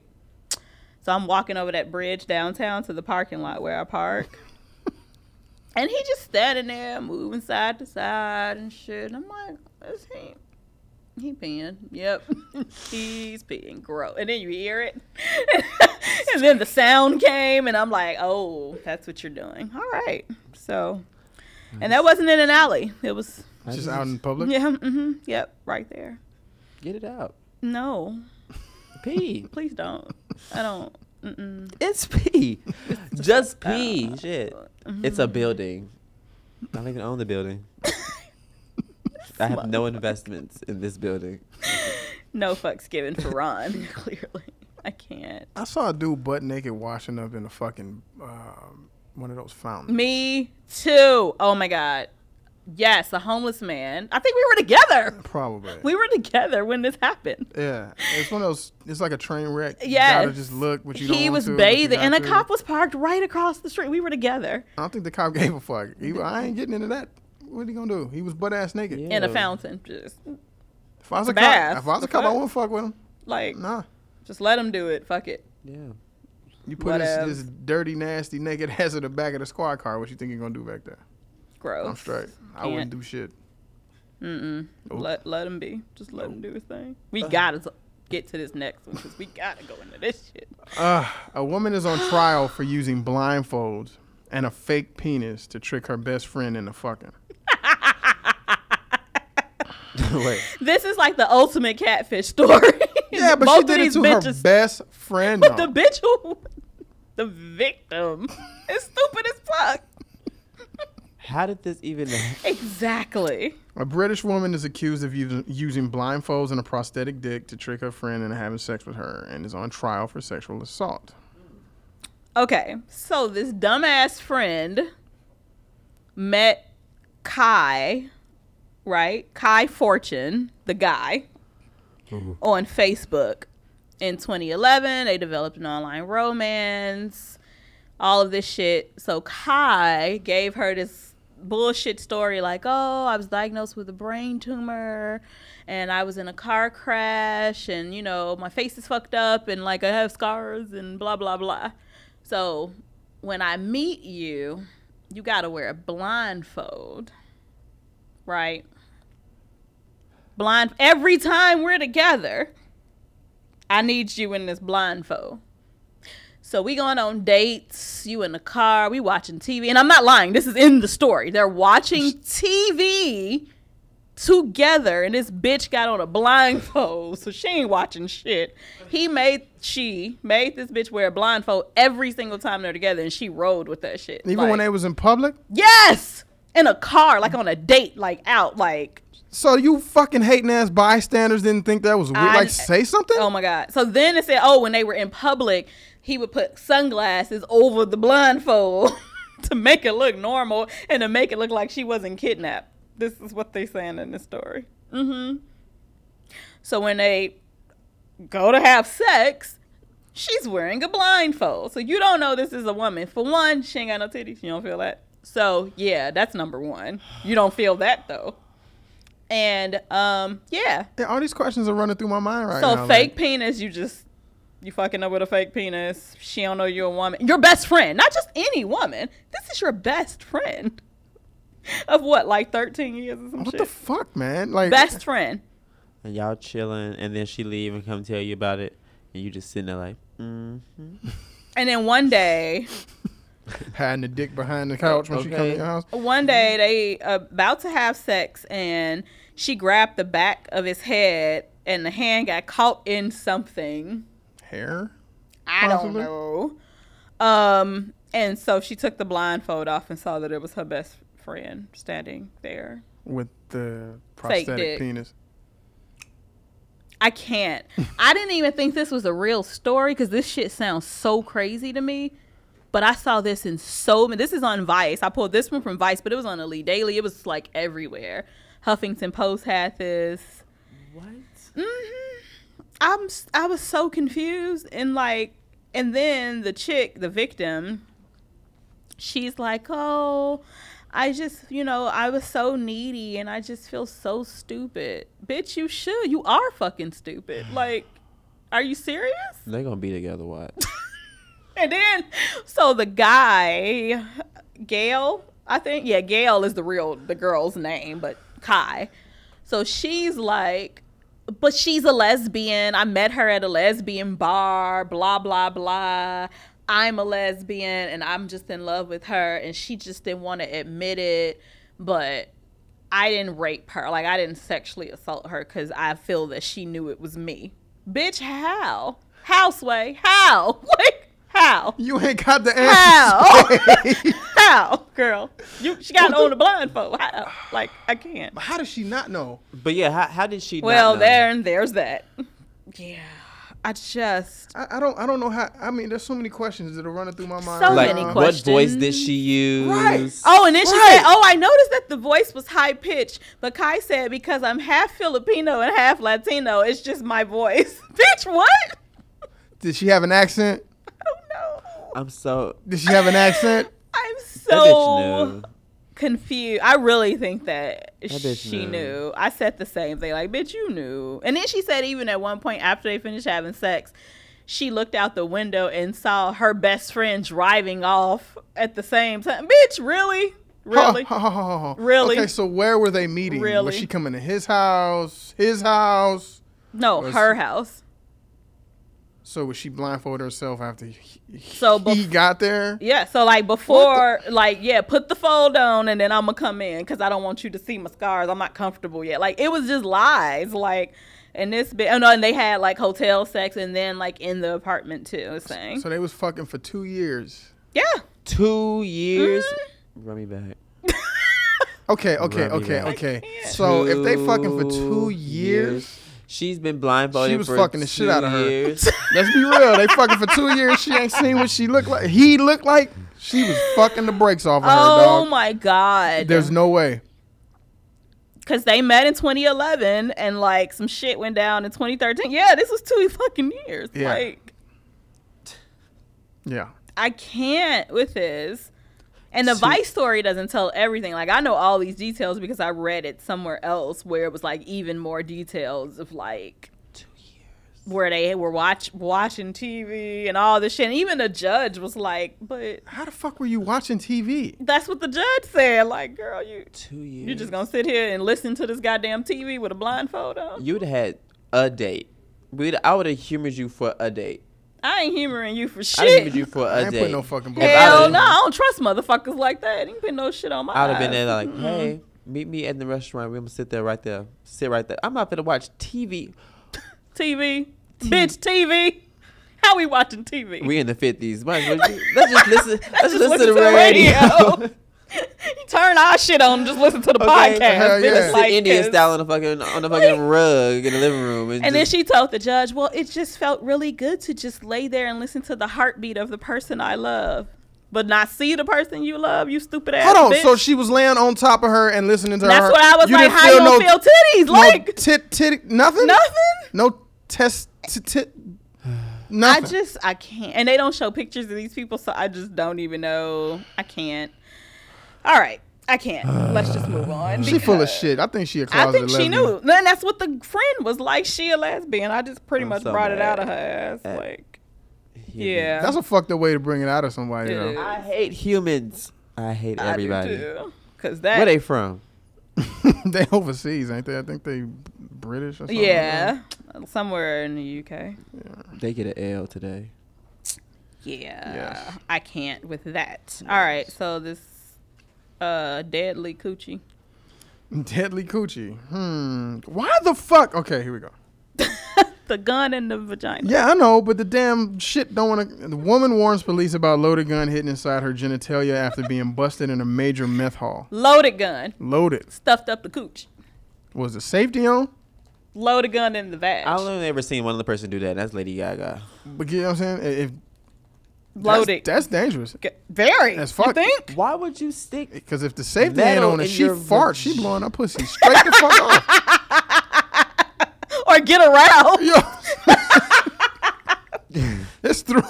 S2: So I'm walking over that bridge downtown to the parking lot where I park. and he just standing there moving side to side and shit. And I'm like, is he he peeing. Yep. He's peeing. Gross. And then you hear it. and then the sound came, and I'm like, oh, that's what you're doing. All right. So, and that wasn't in an alley. It was,
S3: I
S4: just out in public.
S2: yeah, mm-hmm, yep, right there.
S3: Get it out.
S2: No,
S3: Pee.
S2: please don't. I don't. Mm-mm. Uh,
S3: it's pee. just pee. Shit. It's a building. I don't even own the building. I have no investments in this building.
S2: No fucks given for Ron, clearly. I can't.
S4: I saw a dude butt naked washing up in a fucking um, one of those fountains.
S2: Me too. Oh my God. Yes, a homeless man. I think we were together.
S4: Probably.
S2: We were together when this happened.
S4: yeah, it's one of those. It's like a train wreck.
S2: Yes.
S4: you gotta just look. What you don't
S2: he
S4: want
S2: was
S4: to, but you
S2: bathing,
S4: got
S2: and a
S4: to.
S2: cop was parked right across the street. We were together
S4: I don't think the cop gave a fuck. He, I ain't getting into that. What he gonna do? He was butt ass naked.
S3: Yeah.
S2: in a
S3: Ew.
S2: fountain. Just
S4: If I was a
S2: Bath.
S4: cop, if I was a cop, I wouldn't fuck with him.
S2: like,
S4: Nah,
S2: just let him do it. Fuck it.
S3: Yeah.
S4: you put
S2: Whatevs.
S4: this, this dirty, nasty, naked ass in the back of the squad car. What you think you gonna do back there?
S2: Gross.
S4: I'm straight. I
S2: Can't.
S4: wouldn't do shit.
S2: Mm-mm.
S4: Oop.
S2: Let let him be. Just let him do his thing. We
S4: Uh-huh.
S2: gotta t- get to this next one because we gotta go into this shit.
S4: Uh, a woman is on trial for using blindfolds and a fake penis to trick her best friend into fucking.
S3: Wait.
S2: This is like the ultimate catfish story.
S4: Yeah, but
S2: Both
S4: she did
S2: of
S4: it
S2: these
S4: to
S2: bitches,
S4: her best friend.
S2: But the
S4: though.
S2: bitch who, the victim, is stupid as fuck.
S3: How did this even?
S2: Exactly.
S4: a British woman is accused of using, using blindfolds and a prosthetic dick to trick her friend into having sex with her and is on trial for sexual assault.
S2: Okay, so this dumbass friend met Kai, right? Kai Fortune, the guy, on Facebook in 2011. They developed an online romance, all of this shit. So Kai gave her this bullshit story like, oh, I was diagnosed with a brain tumor and I was in a car crash and, you know, my face is fucked up and like I have scars and blah, blah, blah. So when I meet you, you got to wear a blindfold, right? Blind every time we're together, I need you in this blindfold. So we going on dates, you in the car, we watching TV, and I'm not lying, this is in the story. They're watching TV together and this bitch got on a blindfold so she ain't watching shit he made she made this bitch wear a blindfold every single time they're together and she rode with that shit
S4: Even
S2: Like,
S4: when they was in public.
S2: yes in a car like on a date like out like
S4: So you fucking hating ass bystanders didn't think that was weird.
S2: I-
S4: like say something.
S2: oh my god so then it said oh when they were in public he would put sunglasses over the blindfold to make it look normal and to make it look like she wasn't kidnapped this is what they saying in the story So when they go to have sex, she's wearing a blindfold. So you don't know this is a woman. For one, she ain't got no titties. You don't feel that. So yeah, that's number one. You don't feel that though. And um, yeah.
S4: Yeah, all these questions are running through my mind right
S2: So
S4: now.
S2: fake penis, you just you fucking up with a fake penis. She don't know you're a woman. Your best friend, not just any woman. This is your best friend. Of what, like thirteen years or some
S4: Like, what
S2: shit?
S4: the fuck, man? Like,
S2: best friend.
S3: and y'all chilling, and then she leave and come tell you about it, and you just sitting there like, mm.
S2: And then one day,
S4: hiding the dick behind the couch when she come
S3: Okay.
S4: to your house.
S2: one day they about to have sex, and she grabbed the back of his head, and the hand got caught in something.
S4: Hair.
S2: I don't
S4: Possibly.
S2: know. Um, and so she took the blindfold off and saw that it was her best friend standing there.
S4: with the
S2: Fake
S4: prosthetic
S2: dick.
S4: penis.
S2: I can't. I didn't even think this was a real story because this shit sounds so crazy to me. But I saw this in so many. This is on Vice. I pulled this one from Vice, but it was on Elite Daily. It was like everywhere. Huffington Post had this. Mm-hmm.
S3: what?
S2: I'm s- I was so confused and like and then the chick, the victim, she's like, "Oh, I just, you know, I was so needy and I just feel so stupid." Bitch, you should. You are fucking stupid. Like are you serious?
S3: They're gonna be together. What?
S2: And then so the guy, Gail, I think, yeah, Gail is the real the girl's name, but Kai. So she's like, but she's a lesbian. I met her at a lesbian bar, blah, blah, blah. I'm a lesbian and I'm just in love with her. And she just didn't want to admit it, but I didn't rape her. Like, I didn't sexually assault her because I feel that she knew it was me. Bitch, how? How, Sway? How? Like, how?
S4: You ain't got the answer.
S2: How? how, girl? You she got on the blindfold. How? Like, I can't.
S4: How does she not know?
S3: but yeah, how, how did she? not
S2: Well,
S3: know?
S2: there and there's that. Yeah. I just
S4: I, I don't. I don't know how. I mean, there's so many questions that are running through my mind.
S2: So
S4: right
S3: Like,
S2: many
S4: now.
S3: what voice did
S2: questions.
S3: she use?
S4: Right.
S2: Oh, and then she
S4: Right.
S2: said, "Oh, I noticed that the voice was high pitched." But Kai said, "Because I'm half Filipino and half Latino, it's just my voice." Bitch, what?
S4: Did she have an accent?
S2: Oh no,
S3: I'm so.
S4: Did she have an accent?
S2: I'm
S3: That bitch
S2: so
S3: knew.
S2: confused. I really think that,
S3: bitch
S2: she
S3: knew.
S2: knew. I said the same thing, like, bitch, you knew. And then she said, even at one point after they finished having sex, she looked out the window and saw her best friend driving off at the same time. Bitch, really? Really?
S4: Ha, ha, ha, ha, ha.
S2: Really?
S4: Okay, so where were they meeting? Was
S2: Really?
S4: she coming to his house? His house?
S2: no,
S4: Was-
S2: her house.
S4: So was she blindfolded herself after he,
S2: So
S4: he
S2: Oh, bef-
S4: got there?
S2: yeah, so like before, like yeah, put the fold on and then I'm gonna come in because I don't want you to see my scars. I'm not comfortable yet. Like it was just lies. Like and this bit, oh no, and they had like hotel sex and then like in the apartment too. It's saying
S4: So they was fucking for two years.
S2: yeah,
S3: Two years.
S2: Mm-hmm.
S3: Run me back.
S4: Okay, okay,
S3: Rub me
S4: okay,
S3: back.
S4: okay. So if they fucking for two
S3: Two
S4: years,
S3: She's been blindfolded.
S4: She was
S3: for
S4: fucking the shit
S3: two
S4: out of her.
S3: Years.
S4: Let's be real. They fucking for two years. She ain't seen what she looked like. He looked like she was fucking the brakes off of her,
S2: oh
S4: dog.
S2: my god,
S4: There's no way.
S2: because they met in 2011 and like some shit went down in 2013. Yeah, this was two fucking years.
S4: Yeah.
S2: Like
S4: Yeah.
S2: I can't with this. And the Vice story doesn't tell everything. Like I know all these details because I read it somewhere else where it was like even more details of like where they were watch watching TV and all this shit. And even the judge was like, "But
S4: How the fuck were you watching TV?
S2: that's what the judge said." Like, girl, you
S3: Two years.
S2: you just gonna sit here and listen to this goddamn TV with a blindfold on?
S3: You'd had a date. We'd. I would have humored you for a date.
S2: I ain't humoring you for
S3: I'd humored
S2: shit.
S3: you for a
S4: I ain't
S3: date.
S4: putting no fucking
S3: If I'd
S2: Hell
S3: have-
S2: no, I don't trust motherfuckers like that. You put no shit on my.
S3: I'd have Mm-hmm. been
S2: eyes.
S3: there like, hey, meet me at the restaurant. We're gonna sit there right there. Sit right there. I'm not gonna watch TV.
S2: TV. Bitch, TV. How we watching TV?
S3: We in the fifties. Let's just listen. Let's just listen to the
S2: the
S3: radio.
S2: radio. you turn our shit on and just listen to the
S3: Okay,
S2: podcast.
S4: hell
S2: bitch.
S4: yeah.
S3: Let's sit
S2: Like,
S3: Indian
S2: 'cause-
S3: style on the fucking on the fucking rug in the living room.
S2: And then she told the judge, well, it just felt really good to just lay there and listen to the heartbeat of the person I love. But not see the person you love, you stupid ass.
S4: Hold on.
S2: bitch.
S4: So she was laying on top of her and listening to her.
S2: That's what I was
S4: You
S2: like,
S4: didn't
S2: how you gonna
S4: no-
S2: feel titties?
S4: no
S2: like
S4: tit tit nothing.
S2: nothing?
S4: No test tit. tit. Nothing.
S2: I just I can't, and they don't show pictures of these people, so I just don't even know. I can't. All right, I can't. Let's just move on.
S4: she full of
S2: because
S4: shit. I think she a closet
S2: I think she
S4: lesbian.
S2: knew. And that's what the friend was like. She a lesbian. I just pretty
S3: I'm
S2: much
S3: so
S2: brought it out
S3: mad
S2: of her ass.
S3: at-
S2: Like,
S3: Human.
S2: yeah,
S4: That's a fucked up way to bring it out of somebody.
S2: It is.
S4: Though.
S3: I hate humans. I hate everybody.
S2: Because
S3: Where
S2: that
S3: they from?
S4: they overseas, ain't they? I think they British or something. like that.
S2: Yeah, somewhere in the UK.
S3: They get an L today.
S2: Yeah,
S4: Yes.
S2: I can't with that. All right, so this uh deadly coochie.
S4: Deadly coochie. Hmm. Why the fuck? Okay, here we go.
S2: The gun in the vagina.
S4: Yeah, I know, but the damn shit don't want to. The woman warns police about loaded gun hidden inside her genitalia after being busted in a major meth hall.
S2: Loaded gun.
S4: Loaded.
S2: Stuffed up the cooch.
S4: Was the safety on?
S2: Loaded gun in the vag.
S3: I only ever seen one other person do that. and That's Lady Gaga.
S4: But you know what I'm saying? If
S2: Loaded.
S4: That's, that's dangerous.
S2: G- Very.
S4: That's
S2: You
S4: fuck.
S2: think?
S3: Why would you stick?
S4: Because if the safety ain't
S3: Metal
S4: on and
S3: in
S4: she
S3: your
S4: farts, she
S3: vag-
S4: blowing her pussy straight the fuck off.
S2: Or get around.
S4: Yo. it's through.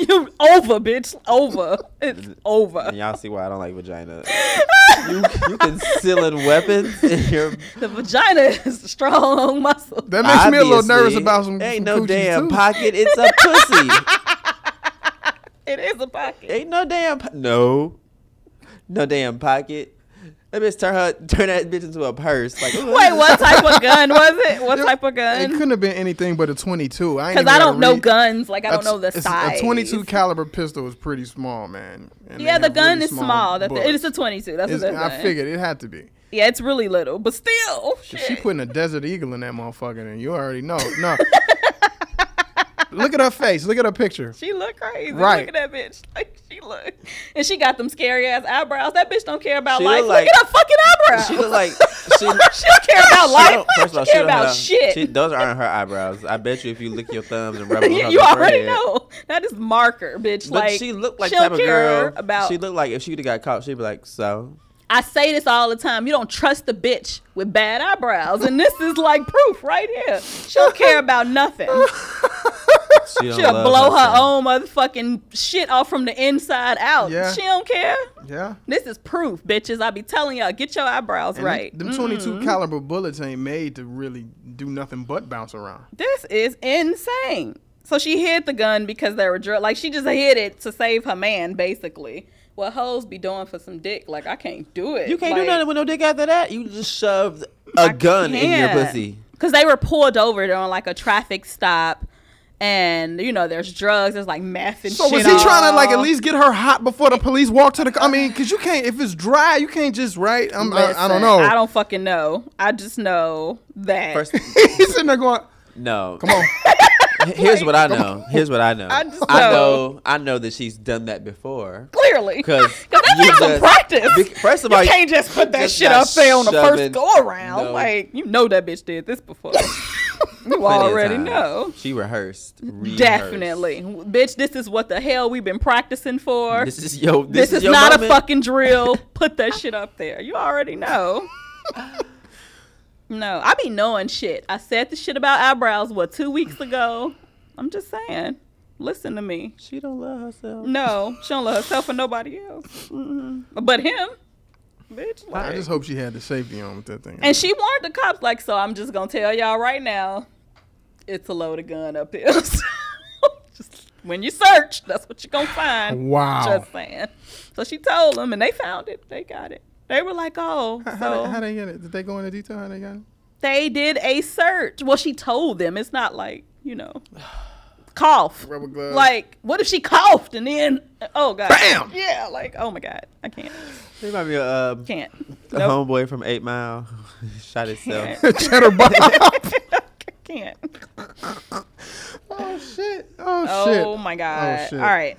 S2: You over, bitch. Over. It's over.
S3: And y'all see why I don't like vagina. you you concealing weapons in your.
S2: The vagina is a strong muscle.
S4: That makes me a little nervous
S3: Obviously.
S4: about some. some
S3: Ain't no
S4: coochies,
S3: damn
S4: too.
S3: pocket. It's a pussy.
S2: It is a pocket.
S3: Ain't no damn. Po- no. No damn pocket. That bitch turn her turn that bitch into a purse. Like
S2: Wait, what type of gun was it? What
S4: It-
S2: type of
S4: It
S2: gun?
S4: couldn't have been anything but a 22. I ain't
S2: Because
S4: even
S2: I
S4: gotta
S2: don't know
S4: read-
S2: guns. Like I don't
S4: That's-
S2: know the
S4: it's-
S2: size.
S4: A 22 caliber pistol is pretty small, man. And
S2: Yeah,
S4: they
S2: the
S4: have
S2: gun
S4: really
S2: is small. That's it.
S4: bullets.
S2: It's a 22. That's
S4: It's-
S2: what they're
S4: I
S2: saying.
S4: figured it had to be.
S2: Yeah, it's really little, but still. Shit.
S4: She putting a desert eagle in that motherfucker, and you already know. No. Look at her face. Look at her picture.
S2: She look crazy.
S4: Right.
S2: Look at that bitch. Like she look, and she got them scary ass eyebrows. That bitch don't care about
S3: She
S2: life.
S3: look
S2: Look
S3: like-
S2: at her fucking eyebrows.
S3: she look like she.
S2: she don't care about
S3: She
S2: life.
S3: don't- first of all,
S2: she,
S3: she
S2: care
S3: don't
S2: about
S3: have-
S2: shit.
S3: she- those aren't her eyebrows. I bet you if you lick your thumbs and rub them on
S2: you
S3: her
S2: you
S3: before
S2: already
S3: head-
S2: know that is marker, bitch.
S3: But
S2: like
S3: she looked like
S2: she
S3: type
S2: don't
S3: of
S2: care
S3: girl.
S2: about.
S3: she looked like if she would have got caught, she'd be like, so.
S2: I say this all the time. You don't trust the bitch with bad eyebrows, and this is like proof right here. She don't care about nothing.
S3: She don't
S2: She'll
S3: love
S2: blow her
S3: herself.
S2: own motherfucking shit off from the inside out.
S4: Yeah.
S2: She don't care.
S4: Yeah.
S2: This is proof, bitches. I be telling y'all, get your eyebrows
S4: And
S2: right. Mm. Mm-hmm.
S4: Them, them 22 caliber bullets ain't made to really do nothing but bounce around.
S2: This is insane. So she hid the gun because they were drunk. Like she just hid it to save her man, basically. What hoes be doing for some dick? Like I can't do it.
S3: You can't do
S2: Like,
S3: nothing with no dick after that. You just shoved a gun in your
S2: can't.
S3: pussy.
S2: Cause they were pulled over during like a traffic stop, and you know there's drugs, there's like meth and
S4: So
S2: shit.
S4: was he trying to like at
S2: all.
S4: least get her hot before the police walk to the? c- I mean, cause you can't if it's dry, you can't just right. I'm, I, I
S2: Listen,
S4: don't know.
S2: I don't fucking know. I just know that.
S3: First,
S4: He's sitting there going,
S3: no.
S4: "Come on,
S3: Here's what I know. Here's what I know. I,
S2: just know.
S3: know. I know that she's done that before.
S2: clearly,
S3: 'Cause
S2: that
S3: you
S2: takes some
S3: just-
S2: practice.
S3: bec- first of all,
S2: you can't just put that
S3: just
S2: shit
S3: not
S2: up there on the first
S3: shoving-
S2: go around.
S3: no.
S2: Like you know that bitch did this before. you
S3: Plenty of
S2: already
S3: times.
S2: know.
S3: She rehearsed. rehearsed.
S2: Definitely, bitch. This is what the hell we've been practicing for.
S3: This is yo.
S2: This,
S3: This,
S2: is,
S3: your
S2: not a
S3: moment.
S2: fucking drill. Put that shit up there. You already know. no, I be knowing shit. I said the shit about eyebrows what two weeks ago. I'm just saying. Listen to me.
S3: She don't love herself. Mm-hmm.
S2: No, she don't love herself or nobody else, Mhm. but him, bitch.
S4: I
S2: like-
S4: just hope she had the safety on with that thing.
S2: and she warned the cops like, so I'm just gonna tell y'all right now, it's a loaded gun up here. So, just when you search, that's what you're gonna find.
S4: wow.
S2: Just saying. So she told them, and they found it. They got it. They were like, "Oh,
S4: How- How, they, how
S2: so
S4: they get it? Did they go into detail how they got it?
S2: they did a search." Well, she told them. It's not like you know, cough.
S4: Rubber glove.
S2: Like, what if she coughed and then? Oh God.
S4: Bam!
S2: Yeah. Like, oh my God, I can't.
S3: There might be a, um,
S2: Can't.
S3: a
S2: Nope.
S3: homeboy from Eight Mile shot himself.
S4: Cheddar Bob.
S2: can't.
S4: oh shit. Oh, shit.
S2: Oh my God.
S4: shit.
S2: All right.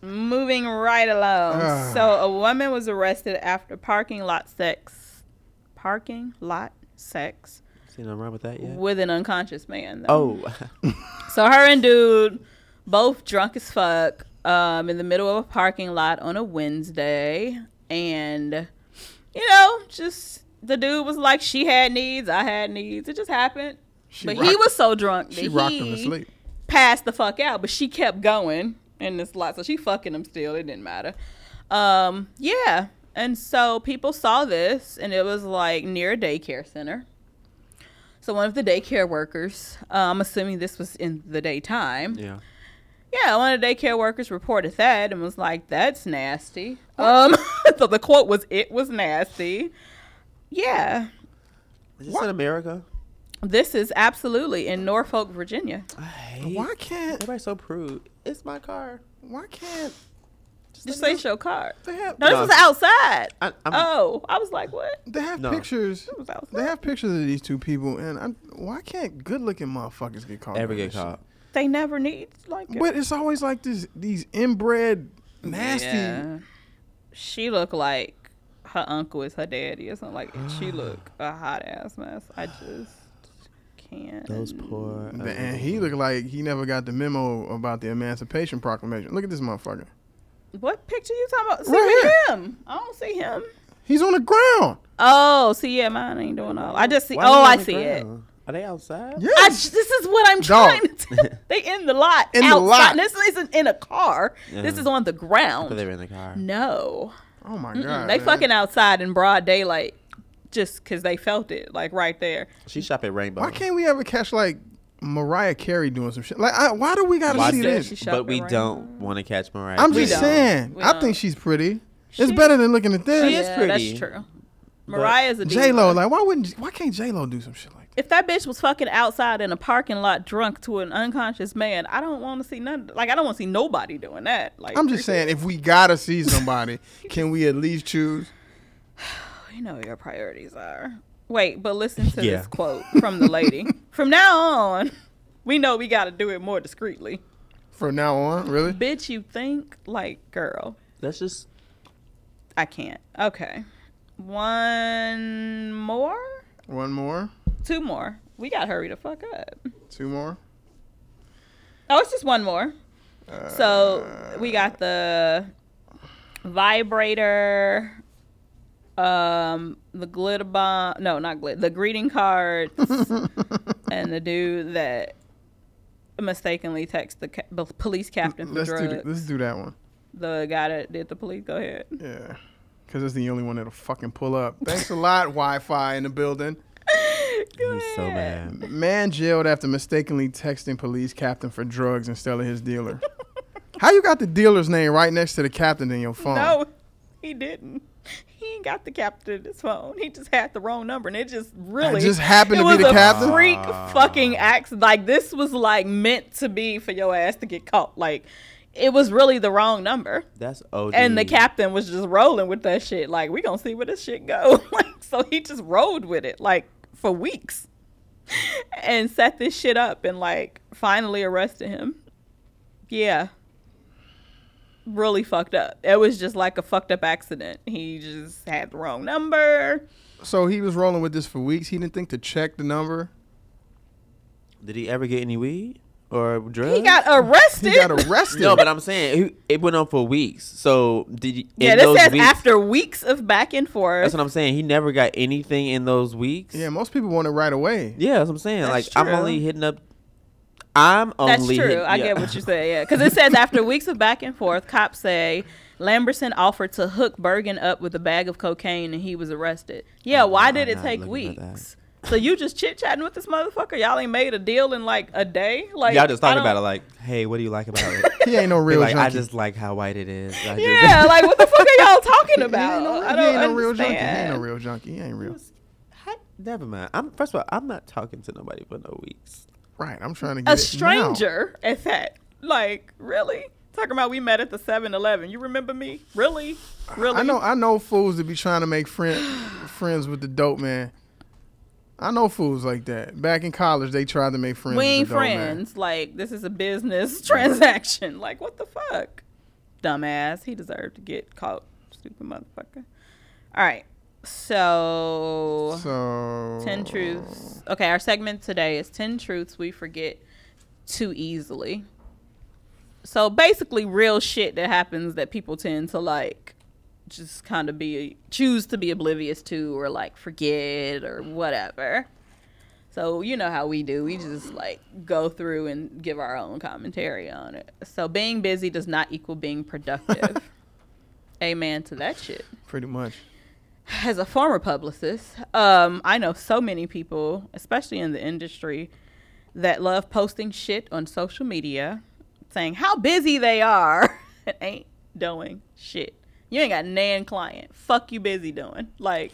S2: Moving right along.
S4: Ah.
S2: So a woman was arrested after parking lot sex, parking lot sex
S3: See nothing wrong with that yet?
S2: with an unconscious man. Though.
S3: Oh,
S2: So her and dude, both drunk as fuck, um, in the middle of a parking lot on a Wednesday, and you know, just the dude was like, she had needs, I had needs. It just happened.
S4: She
S2: but he
S4: rocked-
S2: was so drunk that
S4: She rocked him to
S2: he
S4: sleep.
S2: passed the fuck out, but she kept going in this lot. So she fucking him still. It didn't matter. Um, yeah. And so people saw this and it was like near a daycare center. So one of the daycare workers, uh, I'm assuming this was in the daytime.
S3: Yeah.
S2: Yeah, one of the daycare workers reported that and was like, "That's nasty." Um, so the quote was, "It was nasty." Yeah,
S3: Is this in America?
S2: this is absolutely in Norfolk, Virginia.
S3: I hate.
S4: Why can't
S3: Everybody's so prude. It's my car.
S4: why can't
S2: Just say show card.
S4: they have
S2: No, this
S3: No.
S2: was outside.
S3: I, I'm,
S2: oh, I was like, "What?"
S4: they have
S3: No.
S4: pictures
S2: It was outside.
S4: they have pictures of these two people and I, why can't good looking motherfuckers get caught?
S3: Ever
S4: doing
S3: get
S4: this shit?
S3: caught?
S2: They never need like. it.
S4: But it's always like this these inbred nasty
S2: Yeah. She looked like her uncle is her daddy or something like. She looked a hot ass mess. I just can't.
S3: Those poor. uh,
S4: The- And he looked like he never got the memo about the Emancipation Proclamation. Look at this motherfucker.
S2: What picture you talking about? See
S4: Right
S2: him? I don't see him.
S4: He's on the ground.
S2: Oh, see, yeah, mine ain't doing all. I just see.
S3: Why
S2: oh,
S3: are
S2: I
S3: they on
S2: see
S3: the
S2: it.
S3: ground? Are they outside?
S4: Yeah.
S2: I j- this is what I'm
S4: Dog.
S2: trying to. Tell. They in the lot.
S4: In the
S2: outside.
S4: lot.
S2: This isn't in a car. This
S3: Yeah.
S2: is on the
S3: But
S2: ground.
S3: they're in the car.
S2: no,
S4: oh my
S2: Mm-mm.
S4: god.
S2: they
S4: man.
S2: fucking outside in broad daylight, just because they felt it, like right there.
S3: She shop at Rainbow.
S4: Why can't we ever catch like Mariah Carey doing some shit? Like, I, why do we gotta
S3: Why
S4: see
S3: did-
S4: this?
S2: she shop
S3: but
S2: at
S3: we
S2: Rainbow?
S3: don't want to catch Mariah.
S4: I'm
S3: Carey.
S4: just
S2: don't.
S4: saying.
S2: We
S4: I
S2: don't.
S4: think she's pretty.
S2: She-
S4: it's better than looking at
S3: She
S4: this.
S3: is pretty.
S2: That's true. Mariah's a
S4: J Lo,
S2: diva.
S4: like, why wouldn't? Why can't J Lo do some shit like that?
S2: if that bitch was fucking outside in a parking lot drunk to an unconscious man, I don't want to see none. Like I don't want to see nobody doing that. Like
S4: I'm just saying, if we gotta see somebody, can we at least choose?
S2: you know what your priorities are. Wait, but listen to
S3: Yeah.
S2: this quote from the lady. from now on, we know we got to do it more discreetly.
S4: From now on, really?
S2: Bitch, you think like girl?
S3: That's just.
S2: I can't. Okay, one more,
S4: One more,
S2: two more. We got to hurry the fuck up.
S4: two more.
S2: Oh, it's just one more. so we got the vibrator, um, the glitter bomb. No, not glitter. The greeting cards, and the dude that mistakenly texted the ca- the police captain for
S4: Let's do.
S2: drugs.
S4: th- Let's do that one.
S2: the guy that did the police. Go ahead.
S4: Yeah, because it's the only one that'll fucking pull up. Thanks a lot, Wi-Fi in the building.
S3: He's so mad.
S4: Man jailed after mistakenly texting police captain for drugs instead of his dealer. How you got the dealer's name right next to the captain in your phone?
S2: No, he didn't. He ain't got the captain in his phone. He just had the wrong number, and it just really
S4: just happened
S2: it
S4: to
S2: was
S4: be the
S2: a
S4: captain?
S2: Freak fucking accident. Like this was like meant to be for your ass to get caught. Like it was really the wrong number,
S3: That's OD.
S2: and the captain was just rolling with that shit. Like we gonna see where this shit go. like so, he just rolled with it like for weeks, and set this shit up, and like finally arrested him. Yeah. Really fucked up. It was just like a fucked up accident. He just had the wrong number.
S4: So he was rolling with this for weeks. He didn't think to check the number.
S3: Did he ever get any weed or drugs?
S2: He got arrested.
S4: He got arrested.
S3: No, but I'm saying he- it went on for weeks. So did you?
S2: yeah,
S3: in
S2: this
S3: those
S2: says
S3: weeks-
S2: after weeks of back and forth.
S3: That's what I'm saying. He never got anything in those weeks.
S4: yeah, most people want it right away.
S3: Yeah, that's what I'm saying.
S2: That's
S3: like I'm
S2: true.
S3: only hitting up. I'm only.
S2: That's true.
S3: hit-
S2: I
S3: yeah.
S2: get what you say. Yeah, because it says after weeks of back and forth, cops say Lamberson offered to hook Bergen up with a bag of cocaine, and he was arrested. Yeah, why did
S3: Oh, I'm
S2: it
S3: not
S2: take
S3: looking at that.
S2: weeks? So you just chit chatting with this motherfucker? Y'all ain't made a deal in like a day. Like
S3: Y'all just
S2: I
S3: talking
S2: don't-
S3: about it. Like, hey, what do you like about it?
S4: He ain't no
S3: Be
S4: real
S3: like, I
S4: junkie.
S3: just like how white it is. I
S2: Yeah, like what the fuck are y'all talking
S4: he
S2: about?
S4: ain't no,
S2: I
S4: he
S2: don't
S4: ain't no
S2: understand.
S4: real junkie. He ain't no real junkie. He ain't real.
S3: Just, I- never mind. I'm first of all, I'm not talking to nobody for no weeks.
S4: Right. I'm trying to get
S2: A
S4: it now.
S2: stranger at that. Like really? Talking about we met at the 7-Eleven. You remember me? Really? Really?
S4: I know. I know fools that be trying to make friend, friends with the dope man. I know fools like that. Back in college, they tried to make friends.
S2: we
S4: with
S2: ain't
S4: the dope man.
S2: friends. Like this is a business transaction. Like what the fuck, dumbass. He deserved to get caught, stupid motherfucker. All right, so,
S4: So
S2: ten truths. Okay, our segment today is ten truths we forget too easily. So basically, real shit that happens that people tend to like just kind of be choose to be oblivious to or like forget or whatever. So you know how we do. We just like go through and give our own commentary on it. So being busy does not equal being productive. Amen to that shit.
S4: Pretty much.
S2: As a former publicist, um, I know so many people, especially in the industry, that love posting shit on social media saying how busy they are and ain't doing shit. You ain't got nan client. Fuck you busy doing. Like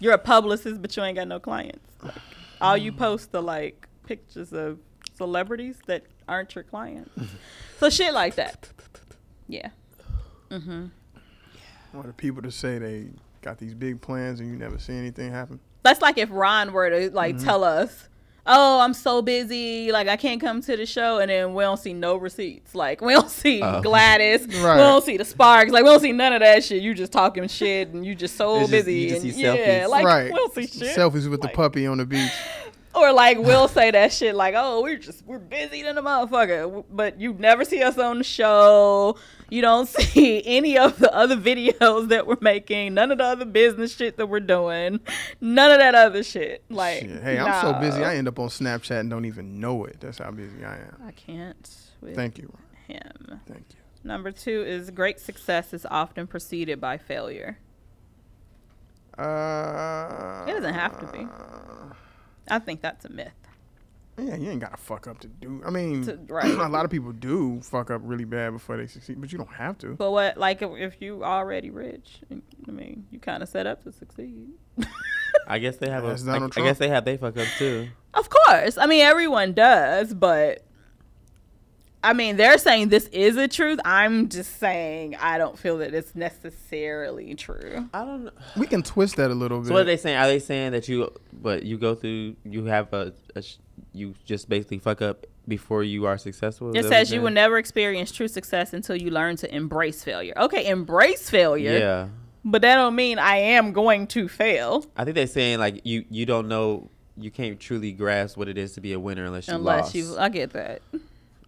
S2: you're a publicist but you ain't got no clients. Like all you post are like pictures of celebrities that aren't your clients. so shit like that. Yeah.
S4: What are people to say they got these big plans and you never see anything happen?
S2: That's like if Ron were to like
S3: Mm-hmm.
S2: tell us, "Oh, I'm so busy, like I can't come to the show," and then we don't see no receipts. Like we don't see
S3: Oh.
S2: Gladys,
S4: Right.
S2: we don't see the sparks, like we don't see none of that shit. You just talking shit, and you just so
S3: It's just-
S2: busy,
S3: you just
S2: and
S3: see
S2: yeah,
S3: selfies.
S2: like
S4: right.
S2: we don't see shit.
S4: Selfies with
S2: Like-
S4: the puppy on the beach.
S2: Or like we'll say that shit, like, "Oh, we're just we're busy than a motherfucker," but you never see us on the show. You don't see any of the other videos that we're making, none of the other business shit that we're doing, none of that other shit. Like,
S4: Shit. Hey, I'm so busy.
S2: nah.
S4: I end up on Snapchat and don't even know it. That's how busy I am.
S2: I can't with
S4: Thank you.
S2: him.
S4: Thank you.
S2: Number two is great success is often preceded by failure.
S4: Uh,
S2: It doesn't have to be. I think that's a myth.
S4: Yeah, you ain't gotta fuck up to do. I mean,
S2: To- right.
S4: a lot of people do fuck up really bad before they succeed, but you don't have to.
S2: But what, like, if, if you already rich, I mean, you kind of set up to succeed.
S3: I guess they have. A,
S4: That's
S3: I,
S4: Donald
S3: I guess
S4: Trump.
S3: they have. They fuck up too.
S2: Of course. I mean, everyone does, but I mean, they're saying this is a truth. I'm just saying I don't feel that it's necessarily true.
S3: I don't. know.
S4: We can twist that a little bit.
S3: So what are they saying? Are they saying that you, but you go through, you have a, a sh- you just basically fuck up before you are successful? Is
S2: It
S3: that
S2: says
S3: what
S2: you
S3: they're-
S2: will never experience true success until you learn to embrace failure. Okay, embrace failure.
S3: Yeah,
S2: But that don't mean I am going to fail
S3: I think they're saying like you, you don't know, you can't truly grasp what it is to be a winner unless you
S2: unless
S3: lost.
S2: you. uh, I get that.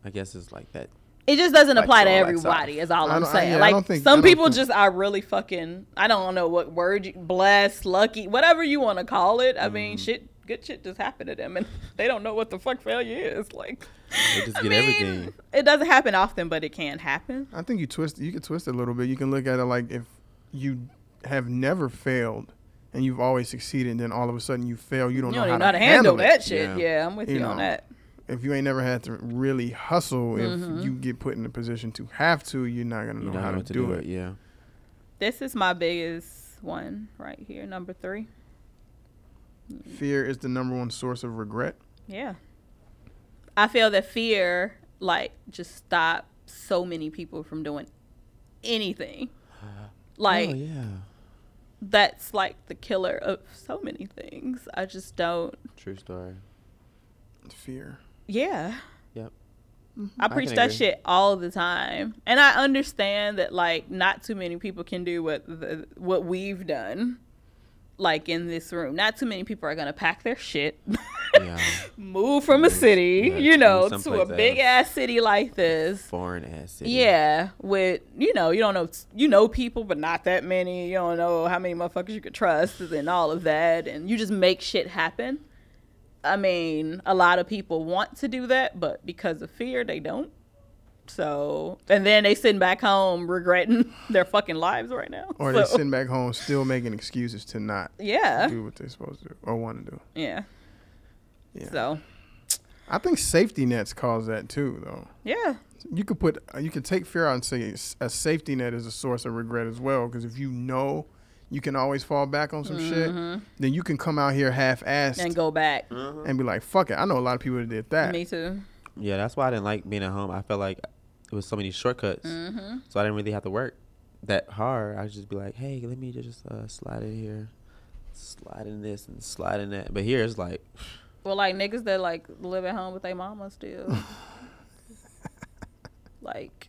S3: I guess it's like that.
S2: It just doesn't
S3: Like,
S2: apply to
S3: so, like, so.
S2: everybody. Is all
S4: I
S2: I'm
S4: don't- I-
S2: saying.
S4: yeah, I
S2: like
S4: don't think- I
S2: some
S4: don't
S2: people
S4: think-
S2: just are really fucking. I don't know what word, you, blessed, lucky, whatever you want to call it. I
S4: Mm.
S2: mean, shit, good shit just happened to them, and they don't know what the fuck failure is. Like,
S3: They just
S2: I
S3: get
S2: mean,
S3: everything.
S2: It doesn't happen often, but it can happen.
S4: I think you twist. You can twist it a little bit. You can look at it like if you have never failed and you've always succeeded, and then all of a sudden you fail. You don't,
S2: You
S4: know,
S2: don't even know
S4: how, to
S2: how to handle,
S4: it.
S2: that shit. Yeah,
S3: Yeah.
S2: I'm with you,
S4: You
S2: on
S4: know.
S2: that.
S4: If you ain't never had to really hustle,
S2: Mm-hmm.
S4: if you get put in a position to have to, you're not gonna
S3: You
S4: know
S3: don't
S4: how
S3: know
S4: to,
S3: what to
S4: do, it.
S3: Yeah.
S2: This is my biggest one right here, number three.
S4: Fear is the number one source of regret.
S2: Yeah. I feel that fear, like, just stopped so many people from doing anything. Like,
S3: oh yeah.
S2: that's like the killer of so many things. I just don't.
S3: True story.
S4: Fear.
S2: Yeah.
S3: Yep.
S2: I
S3: can
S2: preach that
S3: agree.
S2: shit all the time. And I understand that like not too many people can do what the, what we've done like in this room. Not too many people are going to pack their shit,
S3: Yeah.
S2: move from a city,
S3: yeah,
S2: you
S3: move
S2: know, to a
S3: someplace
S2: big ass city like this.
S3: Foreign ass city.
S2: Yeah, with you know, you don't know you know people, but not that many. You don't know how many motherfuckers you could trust and all of that, and you just make shit happen. I mean, a lot of people want to do that, but because of fear, they don't. So, and then they sitting back home regretting their fucking lives right now.
S4: Or
S2: so,
S4: they sitting back home still making excuses to not
S2: yeah,
S4: do what they're supposed to do or want to do.
S2: yeah,
S4: Yeah.
S2: So,
S4: I think safety nets cause that too, though.
S2: yeah,
S4: You could put, uh, you could take fear out and say s- a safety net is a source of regret as well. Because if you know you can always fall back on some shit, then you can come out here half-assed
S2: Mm-hmm. and
S4: and,
S2: go back.
S4: be like, "Fuck it." I know a lot of people that did that.
S2: Me too.
S3: Yeah, that's why I didn't like being at home. I felt like it was so many shortcuts,
S2: Mm-hmm.
S3: so I didn't really have to work that hard. I would just be like, "Hey, let me just uh, slide in here, slide in this, and slide in that." But here it's like,
S2: Well, like niggas that like live at home with their mama still. like.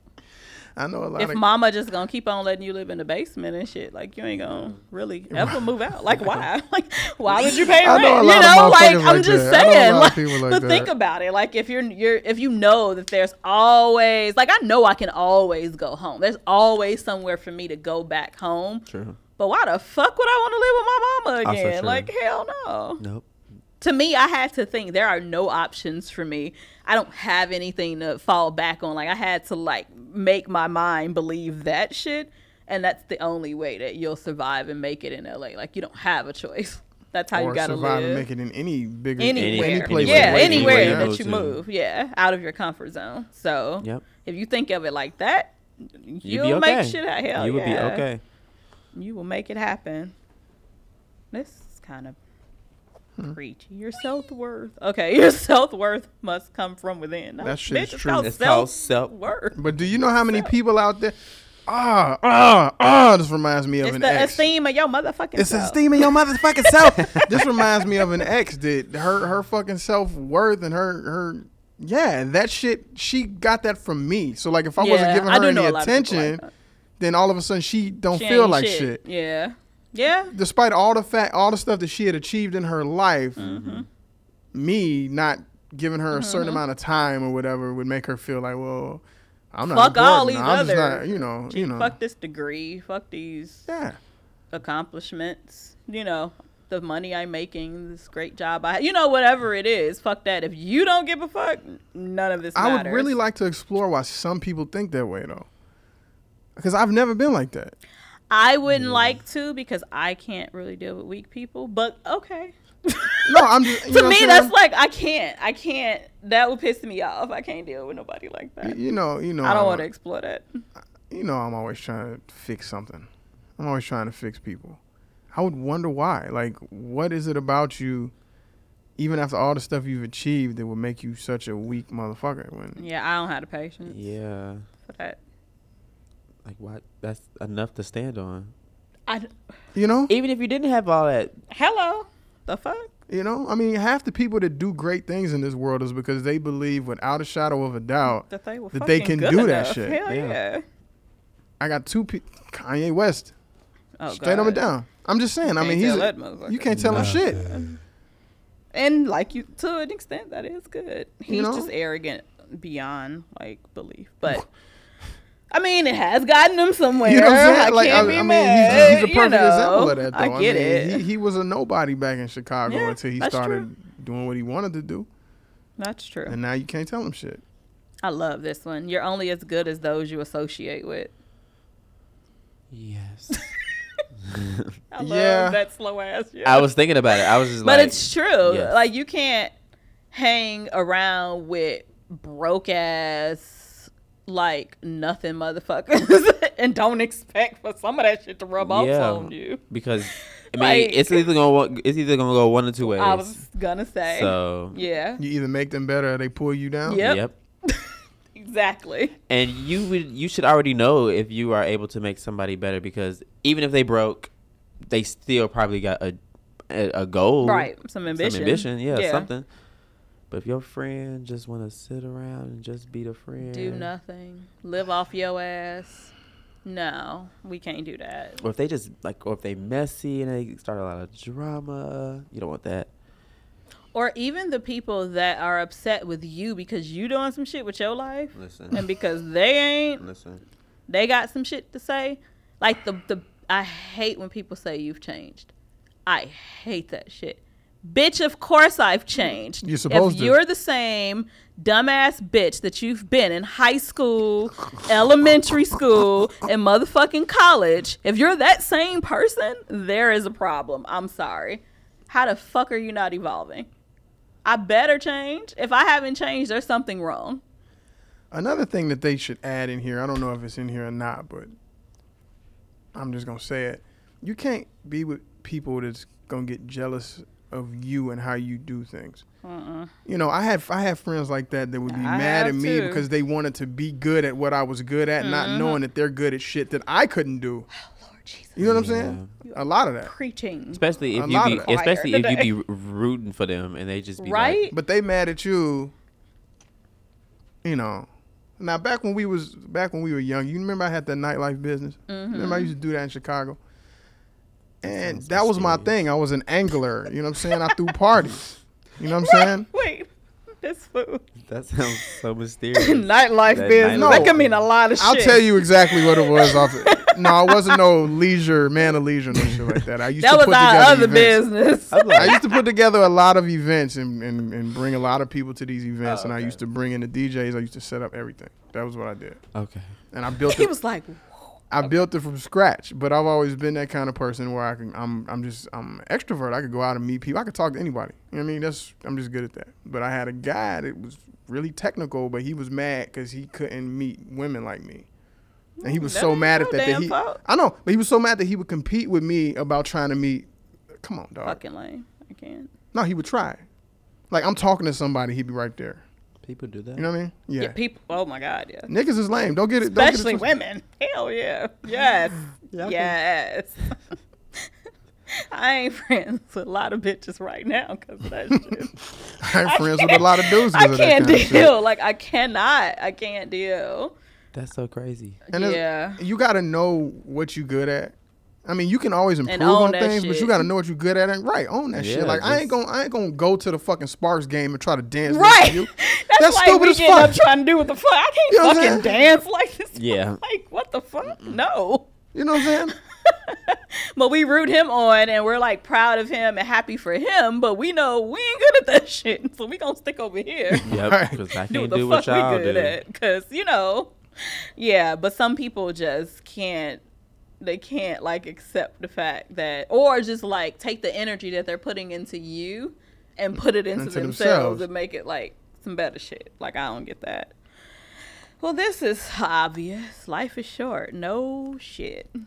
S4: I know a lot
S2: if
S4: of.
S2: mama just gonna keep on letting you live in the basement and shit, like you ain't
S4: Mm.
S2: gonna really ever move out. Like why? Like why would you pay
S4: I
S2: rent?
S4: know a
S2: You
S4: lot of
S2: know, like
S4: motherfuckers
S2: I'm
S4: like
S2: just
S4: that. I know a
S2: saying.
S4: lot of
S2: like-
S4: people like
S2: but think
S4: that.
S2: about it. Like if you're you're if you know that there's always like I know I can always go home. There's always somewhere for me to go back home.
S3: true,
S2: But why the fuck would I want to live with my mama
S3: Also
S2: again?
S3: true.
S2: Like hell no.
S3: nope,
S2: to me, I had to think there are no options for me. I don't have anything to fall back on. Like I had to like make my mind believe that shit, and that's the only way that you'll survive and make it in LA. Like you don't have a choice. That's how
S4: or
S2: you gotta
S4: survive
S2: live.
S4: and make it in any bigger
S2: anywhere.
S4: any place.
S2: yeah,
S4: where you
S2: anywhere,
S4: live.
S3: go
S2: that you
S3: to.
S2: move. Yeah, out of your comfort zone. So
S3: Yep.
S2: if you think of it like that,
S3: You'd
S2: you'll
S3: be okay.
S2: make shit out. Hell
S3: you would
S2: yeah.
S3: be okay.
S2: You will make it happen. This is kind of
S4: Hmm.
S2: preachy. Your self worth. Okay, your self worth must come from within. No,
S4: That shit is
S2: bitch, it's
S4: true.
S2: called
S3: It's called
S2: self-worth.
S4: But do you know how many people out there? Ah, ah, ah! This reminds me of
S2: It's
S4: an
S2: the
S4: ex.
S2: esteem of your motherfucking
S4: It's
S2: self.
S4: esteeming your motherfucking self. this reminds me of an ex that her her fucking self worth and her her yeah that shit she got that from me. So like if I
S2: Yeah,
S4: wasn't giving
S2: I
S4: her
S2: do know
S4: any
S2: a lot of people like
S4: attention,
S2: that.
S4: then all of a sudden she don't
S2: She
S4: feel
S2: ain't
S4: like shit.
S2: Yeah. Yeah.
S4: Despite all the fact all the stuff that she had achieved in her life,
S2: Mm-hmm.
S4: me not giving her a certain amount of time or whatever would make her feel like well. I'm not
S2: Fuck all
S4: important.
S2: these
S4: I'm just
S2: other-
S4: not, you know, you know.
S2: Fuck this degree. Fuck these
S4: Yeah.
S2: accomplishments. You know, the money I'm making, this great job I you know, whatever it is, fuck that. If you don't give a fuck, none of this
S4: I
S2: matters.
S4: would really like to explore why some people think that way though. Because I've never been like that.
S2: I wouldn't like to because I can't really deal with weak people, but okay.
S4: No, I'm just you
S2: to
S4: know what
S2: me,
S4: I'm
S2: that's
S4: saying?
S2: like I can't. I can't. That would piss me off. I can't deal with nobody like that.
S4: you know, you know,
S2: I don't
S4: I'm-
S2: want to explore that.
S4: You know, I'm always trying to fix something. I'm always trying to fix people. I would wonder why. Like, what is it about you, even after all the stuff you've achieved, that would make you such a weak motherfucker? When
S2: Yeah, I don't have the patience
S3: Yeah.
S2: for that.
S3: Like what? That's enough to stand on.
S2: I d
S4: you know,
S3: Even if you didn't have all that,
S2: hello, the fuck.
S4: you know. I mean, half the people that do great things in this world is because they believe, without a shadow of a doubt,
S2: That they were
S4: That they
S2: fucking
S4: can
S2: good
S4: do that
S2: enough.
S4: shit.
S2: Hell
S3: Yeah.
S2: yeah.
S4: I got two people. Kanye West,
S2: Oh,
S4: straight up
S2: God.
S4: and down. I'm just saying. I
S2: Can't
S4: mean, he's
S2: tell
S4: a-
S2: that motherfucker.
S4: you can't tell him shit.
S2: And like you, to an extent, that is good. He's
S4: know?
S2: just arrogant beyond like belief, but. I mean, it has gotten him somewhere.
S4: You know what I'm
S2: I
S4: saying? Like,
S2: can't
S4: I,
S2: be
S4: I mean,
S2: mad,
S4: he's, he's a
S2: you
S4: perfect example
S2: know?
S4: of that, though.
S2: I get
S4: mean,
S2: it.
S4: He, he was a nobody back in Chicago
S2: Yeah,
S4: until he
S2: that's
S4: started doing what he wanted to do,
S2: That's true.
S4: and now you can't tell him shit.
S2: I love this one. You're only as good as those you associate with.
S3: yes.
S2: I love
S4: Yeah.
S2: that slow ass. Yeah.
S3: I was thinking about it. I was just
S2: but
S3: like,
S2: it's true.
S3: yes.
S2: Like you can't hang around with broke ass like nothing motherfuckers and don't expect for some of that shit to rub off
S3: Yeah.
S2: on you.
S3: because I mean,
S2: Like-
S3: it's either gonna wa- it's either gonna go one or two ways.
S2: I was gonna say.
S3: so
S2: Yeah.
S4: You either make them better or they pull you down.
S2: Yep.
S3: yep.
S2: Exactly.
S3: and you would you should already know if you are able to make somebody better because even if they broke, they still probably got a a, a goal,
S2: Right. Some ambition.
S3: Some ambition, yeah, something. But if your friend just want to sit around and just be the friend,
S2: Do nothing. Live off your ass. No, we can't do that.
S3: or if they just like, or if they messy and they start a lot of drama, you don't want that.
S2: or even the people that are upset with you because you doing some shit with your life and
S3: Listen,
S2: because they ain't
S3: listen.
S2: they got some shit to say like the the i hate when people say you've changed i hate that shit bitch of course i've changed
S4: You're supposed
S2: if
S4: to.
S2: you're the same dumbass bitch that you've been in high school elementary school and motherfucking college if you're that same person there is a problem i'm sorry how the fuck are you not evolving i better change if i haven't changed there's something wrong
S4: Another thing that they should add in here, I don't know if it's in here or not, but I'm just gonna say it. You can't be with people that's gonna get jealous of you and how you do things. You know, I had I had friends like that that would be
S2: I
S4: mad at
S2: have
S4: me
S2: too. Mm-hmm.
S4: because they wanted to be good at what I was good at, not knowing that they're good at shit that I couldn't do.
S2: lord jesus
S4: You know what I'm saying? A lot of that.
S2: preaching
S3: Especially
S4: A
S3: if
S4: lot
S3: you
S4: of
S3: be,
S4: that.
S3: especially
S2: Choir
S3: if you
S2: today.
S3: be rooting for them and they just be
S2: right
S3: Like,
S4: But they mad at you. You know. Now back when we was back when we were young, you remember I had that nightlife business.
S2: Mm-hmm.
S4: Remember I used to do that in Chicago. And
S3: sounds
S4: that was my
S3: mysterious.
S4: thing. I was an angler. You know what I'm saying? I threw parties. You know what I'm saying?
S2: Wait, this food.
S3: that sounds so mysterious.
S2: Nightlife
S3: That
S2: business.
S4: nightlife
S2: That could mean a
S3: business.
S2: lot of shit.
S4: I'll tell you exactly what it was off. no, it wasn't no leisure, man of leisure, no shit like that. I used
S2: That
S4: to
S2: was
S4: put
S2: our
S4: together
S2: other
S4: events.
S2: business.
S3: I'm
S4: I
S3: like,
S4: used to put together a lot of events and, and, and bring a lot of people to these events,
S3: Oh,
S4: and I
S3: okay.
S4: used to bring in the DJs. I used to set up everything. That was what I did,
S3: okay.
S4: and I built
S2: he
S4: it.
S2: was like,
S4: I built it from scratch. But I've always been that kind of person where I can. I'm I'm just I'm an extrovert. I could go out and meet people. I could talk to anybody. You know what I mean? That's I'm just good at that. But I had a guy that was really technical, but he was mad because he couldn't meet women like me. And he was
S2: That
S4: so
S2: ain't
S4: mad
S2: your
S4: at that, that
S2: damn
S4: he,
S2: fault.
S4: I know, but he was so mad that he would compete with me about trying to meet. Come on, dog.
S2: fucking lame. I can't.
S4: No, he would try. Like I'm talking to somebody, he'd be right there.
S3: People do that.
S4: You know what I mean? Yeah.
S2: Yeah. people. Oh my god, yeah.
S4: Niggas is lame. Don't get it. Don't
S2: Especially
S4: get it twisted.
S2: women. Hell yeah. Yes.
S3: Yeah, I can-
S2: yes. I ain't friends with a lot of bitches right now because of that shit.
S4: I ain't friends with a lot of dudes. 'cause
S2: I
S4: of that
S2: can't
S4: kind of shit.
S2: deal. Like I cannot. I can't deal.
S3: That's so crazy.
S4: And it's-
S2: yeah.
S4: You gotta know what you good at. I mean, you can always improve
S2: own
S4: on
S2: that
S4: things, but you
S2: shit.
S4: gotta know what you good at and right own that
S3: Yeah,
S4: shit. Like I ain't
S3: just-
S4: gonna, I ain't gonna go to the fucking Sparks game and try to dance. next to
S2: Right.
S4: you.
S2: That's,
S4: That's
S2: like
S4: stupid
S2: we
S4: as
S2: getting up
S4: fuck.
S2: trying to do what the fuck. I can't
S4: You know what I'm
S2: fucking
S4: saying?
S2: dance like this.
S3: Yeah.
S2: Like what the fuck? No.
S4: You know what I'm saying?
S2: But we root him on and we're like proud of him and happy for him, but we know we ain't good at that shit. So we gonna stick over here.
S3: Yep. Because I
S2: do what
S3: can't
S2: the fuck
S3: do what y'all
S2: we good
S3: do.
S2: at. Cause you know, yeah. But some people just can't. They can't like accept the fact that, or just like take the energy that they're putting into you and put it into,
S4: Into
S2: themselves,
S4: themselves.
S2: and make it like some better shit. Like I don't get that. Well, this is obvious. Life is short. No shit.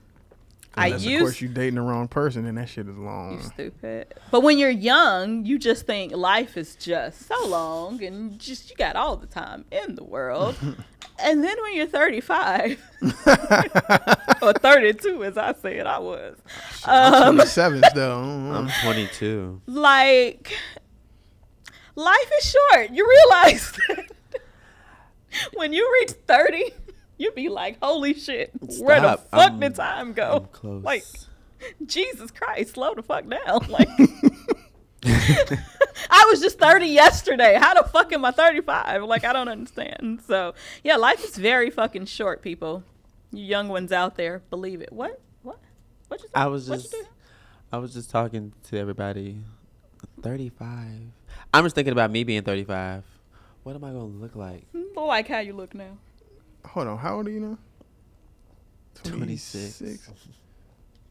S2: I
S4: Unless, of course,
S2: used
S4: you dating the wrong person, and that shit is long.
S2: you
S3: Mm.
S2: stupid. But when you're young, you just think life is just so long and just you got all the time in the world. and then when you're 35 or 32 as I said I was. um,
S4: I'm 27 though.
S3: I'm 22.
S2: Like life is short. You realize that when you reach 30, you be like, "Holy shit. Where the
S3: Stop.
S2: fuck
S3: I'm-
S2: did time
S3: I'm
S2: go?"
S3: close.
S2: Like Jesus Christ, slow the fuck down. Like I was just 30 yesterday. How the fuck am I 35? Like I don't understand. So, yeah, life is very fucking short, people. You young ones out there, believe it. What? What? What you say?
S3: I was
S2: What you
S3: just,
S2: do?
S3: I was just talking to everybody. 35. I'm just thinking about me being 35. What am I gonna look like?
S2: Mm, I like how you look now.
S4: Hold on, how old are you now?
S3: 26.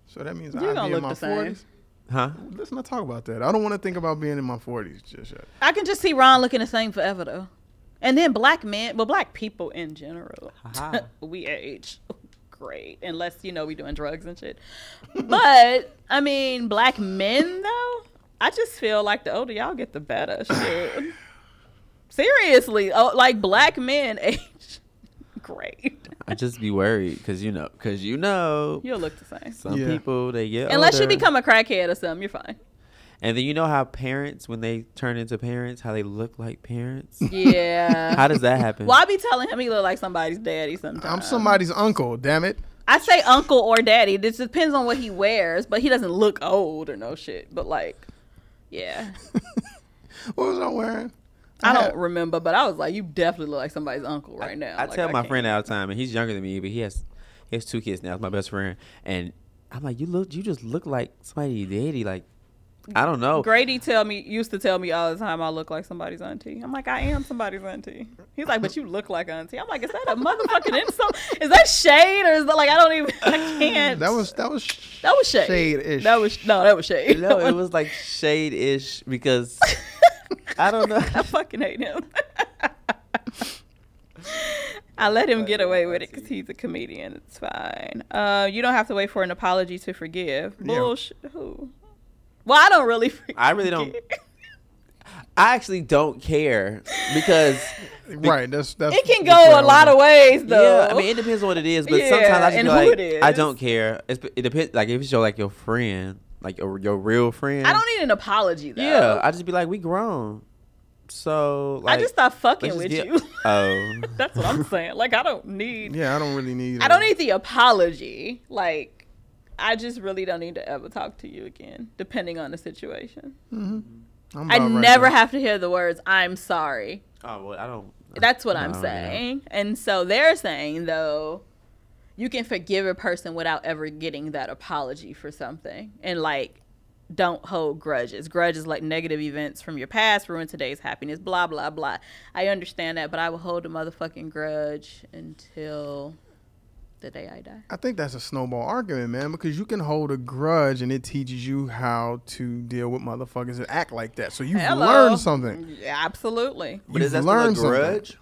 S4: So that means
S2: You're
S4: I'll
S2: gonna
S4: be in
S2: look
S4: my
S2: the same.
S4: 40s.
S3: Huh?
S4: Let's not talk about that. I don't want to think about being in my 40s just yet.
S2: I can just see Ron looking the same forever though. And then black men, well, black people in general,
S3: Aha.
S2: Uh, we age great unless you know we doing drugs and shit. But I mean, black men though, I just feel like the older y'all get, the better. Shit. Seriously, oh, like black men age great.
S3: I just be worried because you know, because you know,
S2: You'll look the same.
S3: some
S4: Yeah.
S3: people they get
S2: Unless you
S3: older.
S2: become a crackhead or something, you're fine.
S3: And then you know how parents, when they turn into parents, how they look like parents.
S2: Yeah.
S3: how does that happen?
S2: well, I be telling him he look like somebody's daddy sometimes.
S4: I'm somebody's uncle, damn it.
S2: I say uncle or daddy. This depends on what he wears, but he doesn't look old or no shit. But like, yeah,
S4: What was I wearing?
S2: I
S4: had-
S2: don't remember. But I was like, you definitely look like somebody's uncle right now.
S3: I
S2: Like,
S3: tell my
S2: can't-
S3: friend all the time, and he's younger than me, but he has he has two kids now. He's my best friend, and I'm like, you look, you just look like somebody daddy. Like, I don't know.
S2: Grady tell me used to tell me all the time I look like somebody's auntie. I'm like, I am somebody's auntie. He's like, but you look like auntie. I'm like, is that a motherfucking insult? Is that shade or is that like I don't even I can't.
S4: That was that was sh-
S2: that was shade.
S4: shade-ish.
S2: That was no, that was shade.
S3: No, it was like shade ish because I don't know.
S2: I fucking hate him. I let him get away with it because he's a comedian. It's fine. Uh, you don't have to wait for an apology to forgive.
S4: Yeah.
S2: Bullshit. Who? Well, I don't really. Forgive.
S3: I really don't- I actually don't care because
S4: right. That's that's.
S2: It can
S4: that's
S2: go
S4: where
S2: a
S4: I
S2: lot
S4: was
S2: of ways, though.
S3: yeah, I mean it depends on what it is, but sometimes
S2: Yeah,
S3: I just
S2: and
S3: be
S2: who
S3: like,
S2: it
S3: I
S2: is.
S3: don't care. It's, it depends. Like if it's your like your friend, like your, your real friend.
S2: I don't need an apology though.
S3: Yeah, I just be like, we grown. So
S2: I
S3: like,
S2: just stopped fucking
S3: let's
S2: with
S3: just
S2: you.
S3: get- Oh,
S2: That's what I'm saying. Like I don't need.
S4: Yeah, I don't really need.
S2: I
S4: a-
S2: don't need the apology. Like, I just really don't need to ever talk to you again, depending on the situation.
S4: I'm
S2: e- I
S4: about right
S2: never
S4: there.
S2: have to hear the words "I'm sorry."
S3: oh well, I don't.
S2: That's what I'm
S3: No, yeah.
S2: saying. And so they're saying though, you can forgive a person without ever getting that apology for something and like don't hold grudges grudges like negative events from your past ruin today's happiness blah blah blah i understand that but i will hold a motherfucking grudge until the day i die
S4: I think that's a snowball argument, man, because you can hold a grudge and it teaches you how to deal with motherfuckers that act like that. So you've
S2: Hello.
S4: learned something.
S2: Yeah, absolutely
S4: You've
S3: But is that
S4: learned
S3: still a grudge?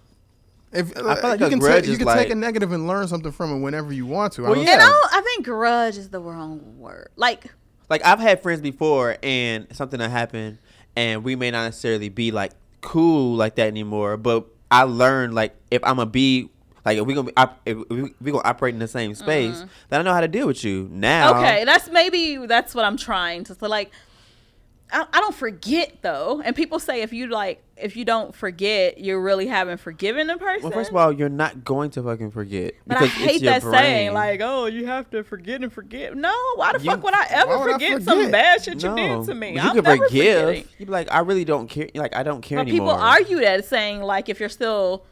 S4: If, uh,
S3: I feel like
S4: you
S3: a
S4: can,
S3: grudge
S4: take, you
S3: is
S4: can
S3: like-
S4: take a negative and learn something from it whenever you want to. I
S3: Well,
S4: don't-
S3: yeah.
S2: you know i think grudge is the wrong word like
S3: Like I've had friends before, and something that happened, and we may not necessarily be like cool like that anymore. But I learned like if I'm a be like if we gonna be op- if we, we gonna operate in the same space, then I know how to deal with you now.
S2: Mm-hmm. Okay, that's maybe that's what I'm trying to so like. I, I don't forget though, and people say if you like if you don't forget, you really haven't forgiven a person.
S3: Well, first of all, you're not going to fucking forget
S2: but I hate that saying like, "Oh, you have to forget and forgive." No, why the
S3: You-
S2: fuck would I ever
S4: why would I
S2: forget, some
S4: forget?
S2: bad shit
S3: no,
S2: you did to me?
S3: but
S2: I'm
S3: you can
S2: never
S3: forgive.
S2: forgetting.
S3: You'd be like, I really don't care. Like I don't care
S2: But
S3: anymore.
S2: people argue that saying like if you're still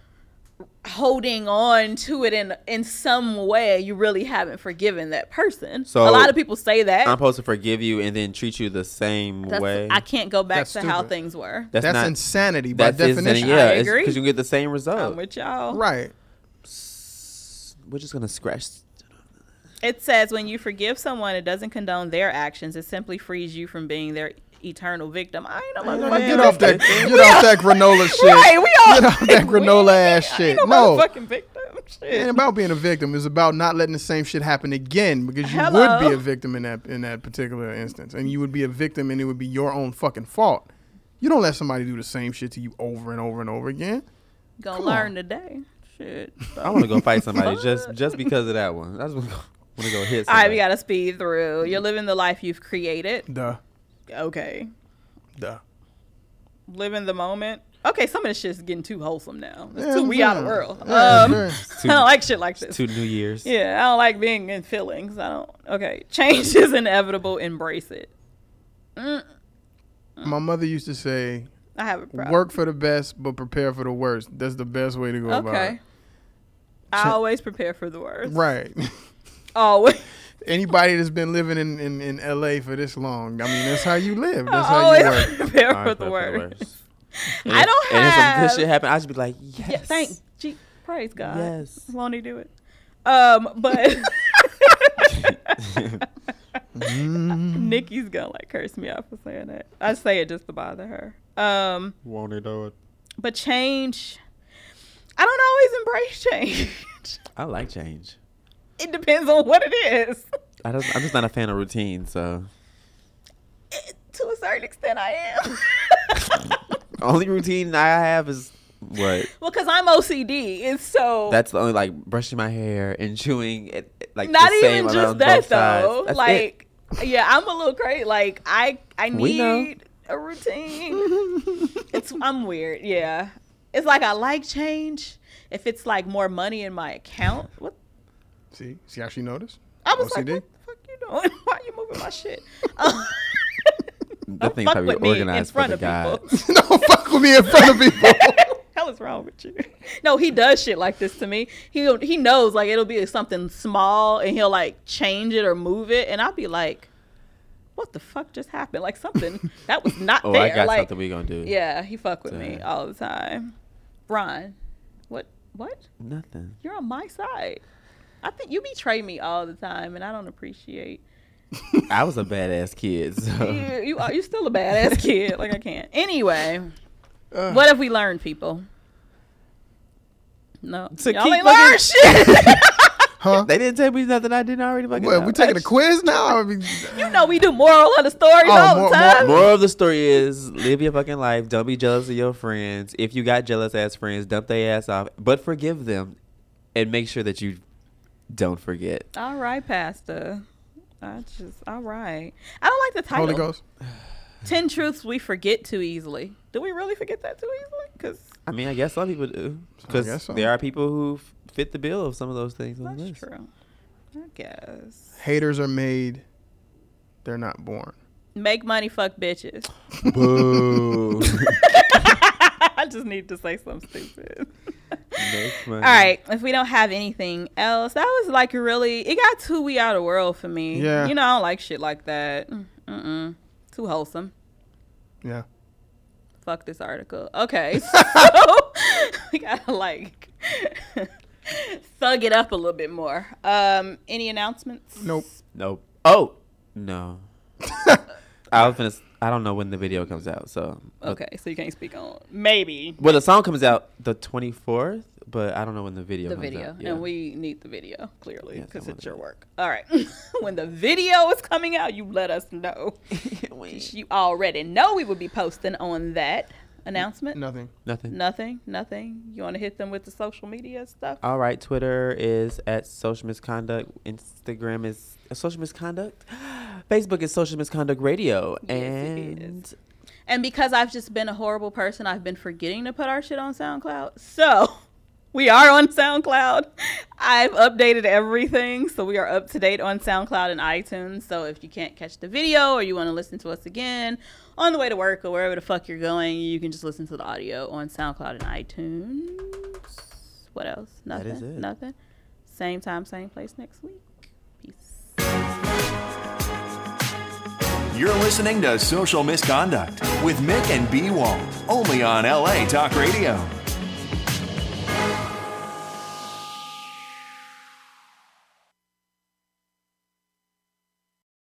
S2: holding on to it in in some way, you really haven't forgiven that person.
S3: So,
S2: a lot of people say that.
S3: I'm supposed to forgive you and then treat you the same
S2: That's-
S3: way.
S2: I can't go back
S4: That's
S2: to how
S4: stupid.
S2: things were.
S3: that's,
S4: That's
S3: not
S4: insanity by
S3: that's
S4: definition.
S3: definition.
S2: I
S3: Yeah, it's
S2: agree.
S3: because you get the same result.
S2: I'm with y'all.
S4: Right.
S3: We're just gonna scratch.
S2: It says when you forgive someone, it doesn't condone their actions. It simply frees you from being their eternal victim. I ain't no
S3: Ain't no
S2: motherfucking
S4: Get off that,
S2: victim.
S4: get off that granola shit.
S2: Right, we all
S4: Get off that granola ass
S2: I
S4: shit.
S2: ain't no,
S4: No, it
S2: motherfucking victim. Shit.
S4: ain't about being a victim. It's about not letting the same shit happen again because you
S2: Hello.
S4: would be a victim in that in that particular instance, and you would be a victim, and it would be your own fucking fault. You don't let somebody do the same shit to you over and over and over again.
S2: Gonna
S4: come
S2: learn
S4: on.
S2: today. Shit.
S3: I want to go fight somebody just just because of that one. I just want to go hit.
S2: All right, we
S3: Somebody.
S2: gotta speed through.
S4: Mm-hmm.
S2: You're living the life you've created.
S4: Duh,
S2: Okay.
S4: duh.
S2: Living the moment. Okay, some of this shit's getting too wholesome now. It's
S4: Yeah,
S2: too we out of
S4: yeah.
S2: world.
S4: Yeah,
S2: um,
S4: sure.
S2: I don't like shit like this.
S3: two New Years.
S2: Yeah, I don't like being in feelings. I don't. Okay, change is inevitable. Embrace it.
S4: My mother used to say,
S2: I have a problem.
S4: "Work for the best, but prepare for the worst." That's the best way to go about
S2: Okay.
S4: it.
S2: I
S4: Cha-
S2: always prepare for the worst.
S4: Right.
S2: Always.
S4: anybody that's been living in, in, in LA for this long, I mean, that's how you live. That's
S2: I
S4: how you
S2: always
S4: work.
S2: prepare
S3: All right,
S2: for the
S3: pray for
S2: worst.
S3: worst.
S2: I
S3: And-
S2: don't
S3: And if some
S2: have-
S3: good shit happened, I just be like, yes.
S2: Yeah, thank. Gee, praise God.
S3: Yes.
S2: Won't he do it? Um, but Nikki's gonna like curse me out for saying that. I say it just to bother her. Um,
S3: Won't it do it?
S2: but change. I don't always embrace change.
S3: I like change.
S2: it depends on what it is.
S3: I just, I'm just not a fan of routine. So
S2: to a certain extent, I am.
S3: only routine I have is what.
S2: well, because I'm OCD, and so
S3: That's the only like brushing my hair and chewing it, it- like
S2: not
S3: the same
S2: even
S3: amount
S2: just
S3: on
S2: that
S3: both sides.
S2: though.
S3: That's it.
S2: like, yeah, I'm a little crazy. Like, I I
S3: We know.
S2: need a routine. it's I'm weird. Yeah, it's like I like change. If it's like more money in my account, what
S4: See, see how she noticed?
S2: I was
S4: OCD?
S2: like, what the fuck you doing? Why you moving my shit? Um,
S3: that thing
S2: fuck
S3: probably
S2: with me in
S3: organized for
S2: front
S3: the
S2: of people.
S3: guy.
S4: Don't fuck with me in front of people.
S2: hell is wrong with you? No, he does shit like this to me. He he knows like it'll be something small, and he'll like change it or move it, and I'll be like, "What the fuck just happened? Like something that was not
S3: Oh,
S2: there."
S3: I got
S2: like,
S3: something we gonna do.
S2: yeah, he fuck with me
S3: Dang.
S2: all the time. Ron, what what?
S3: Nothing.
S2: You're on my side. I think you betray me all the time, and I don't appreciate.
S3: I was a badass kid. So.
S2: You you are you still a badass kid? Like I can't. Anyway,
S4: Uh,
S2: what have we learned, people? No,
S3: To
S2: y'all
S3: keep
S2: ain't learned shit.
S4: Huh?
S3: They didn't tell me nothing I didn't already fucking
S4: What,
S3: know.
S4: we taking a quiz now? I mean,
S2: you know we do moral of the stories
S4: Oh,
S2: all
S4: mor-
S2: the time.
S3: Moral of the story is live your fucking life. Don't be jealous of your friends. If you got jealous ass friends, dump their ass off, but forgive them, and make sure that you don't forget.
S2: all right, Pastor. I just all right. I don't like the title.
S4: Holy Ghost.
S2: Ten truths we forget too easily. Do we really forget that too easily? Because
S3: I mean, I guess some people do because
S4: guess so.
S3: there are people who f- fit the bill of some of those things on
S2: that's
S3: the list.
S2: true. I guess.
S4: Haters are made, they're not born.
S2: Make money, fuck bitches.
S3: Boo.
S2: I just need to say something stupid.
S3: That's funny.
S2: All right. If we don't have anything else, that was like really. It got too we out of world for me.
S4: Yeah.
S2: You know, I don't like shit like that. Mm, Mm-mm. Too wholesome.
S4: Yeah.
S2: Fuck this article. Okay. So we gotta like thug it up a little bit more. Um, any announcements?
S4: Nope.
S3: Nope. Oh no. I was gonna. s- I don't know when the video comes out. So but-
S2: Okay, so you can't speak on maybe
S3: Well, the song comes out the 24th, but I don't know when the video.
S2: the
S3: comes
S2: video,
S3: out. Yeah.
S2: and we need the video clearly
S3: Yes, I
S2: because
S3: want
S2: it's
S3: it.
S2: your work. All right, when the video is coming out, you let us know. you already know we will be posting on that announcement.
S4: Nothing.
S3: nothing.
S2: Nothing, nothing. You want to hit them with the social media stuff?
S3: All right, Twitter is at social misconduct. Instagram is social misconduct. Facebook is social misconduct radio,
S2: Yes, it is.
S3: and
S2: And because I've just been a horrible person, I've been forgetting to put our shit on SoundCloud. So we are on SoundCloud. I've updated everything. So we are up to date on SoundCloud and iTunes. So if you can't catch the video or you want to listen to us again on the way to work or wherever the fuck you're going, you can just listen to the audio on SoundCloud and iTunes. What else? Nothing.
S3: is it.
S2: Nothing. Same time, same place next week. Peace.
S1: You're listening to Social Misconduct with Mick and B Wall, only on LA Talk Radio.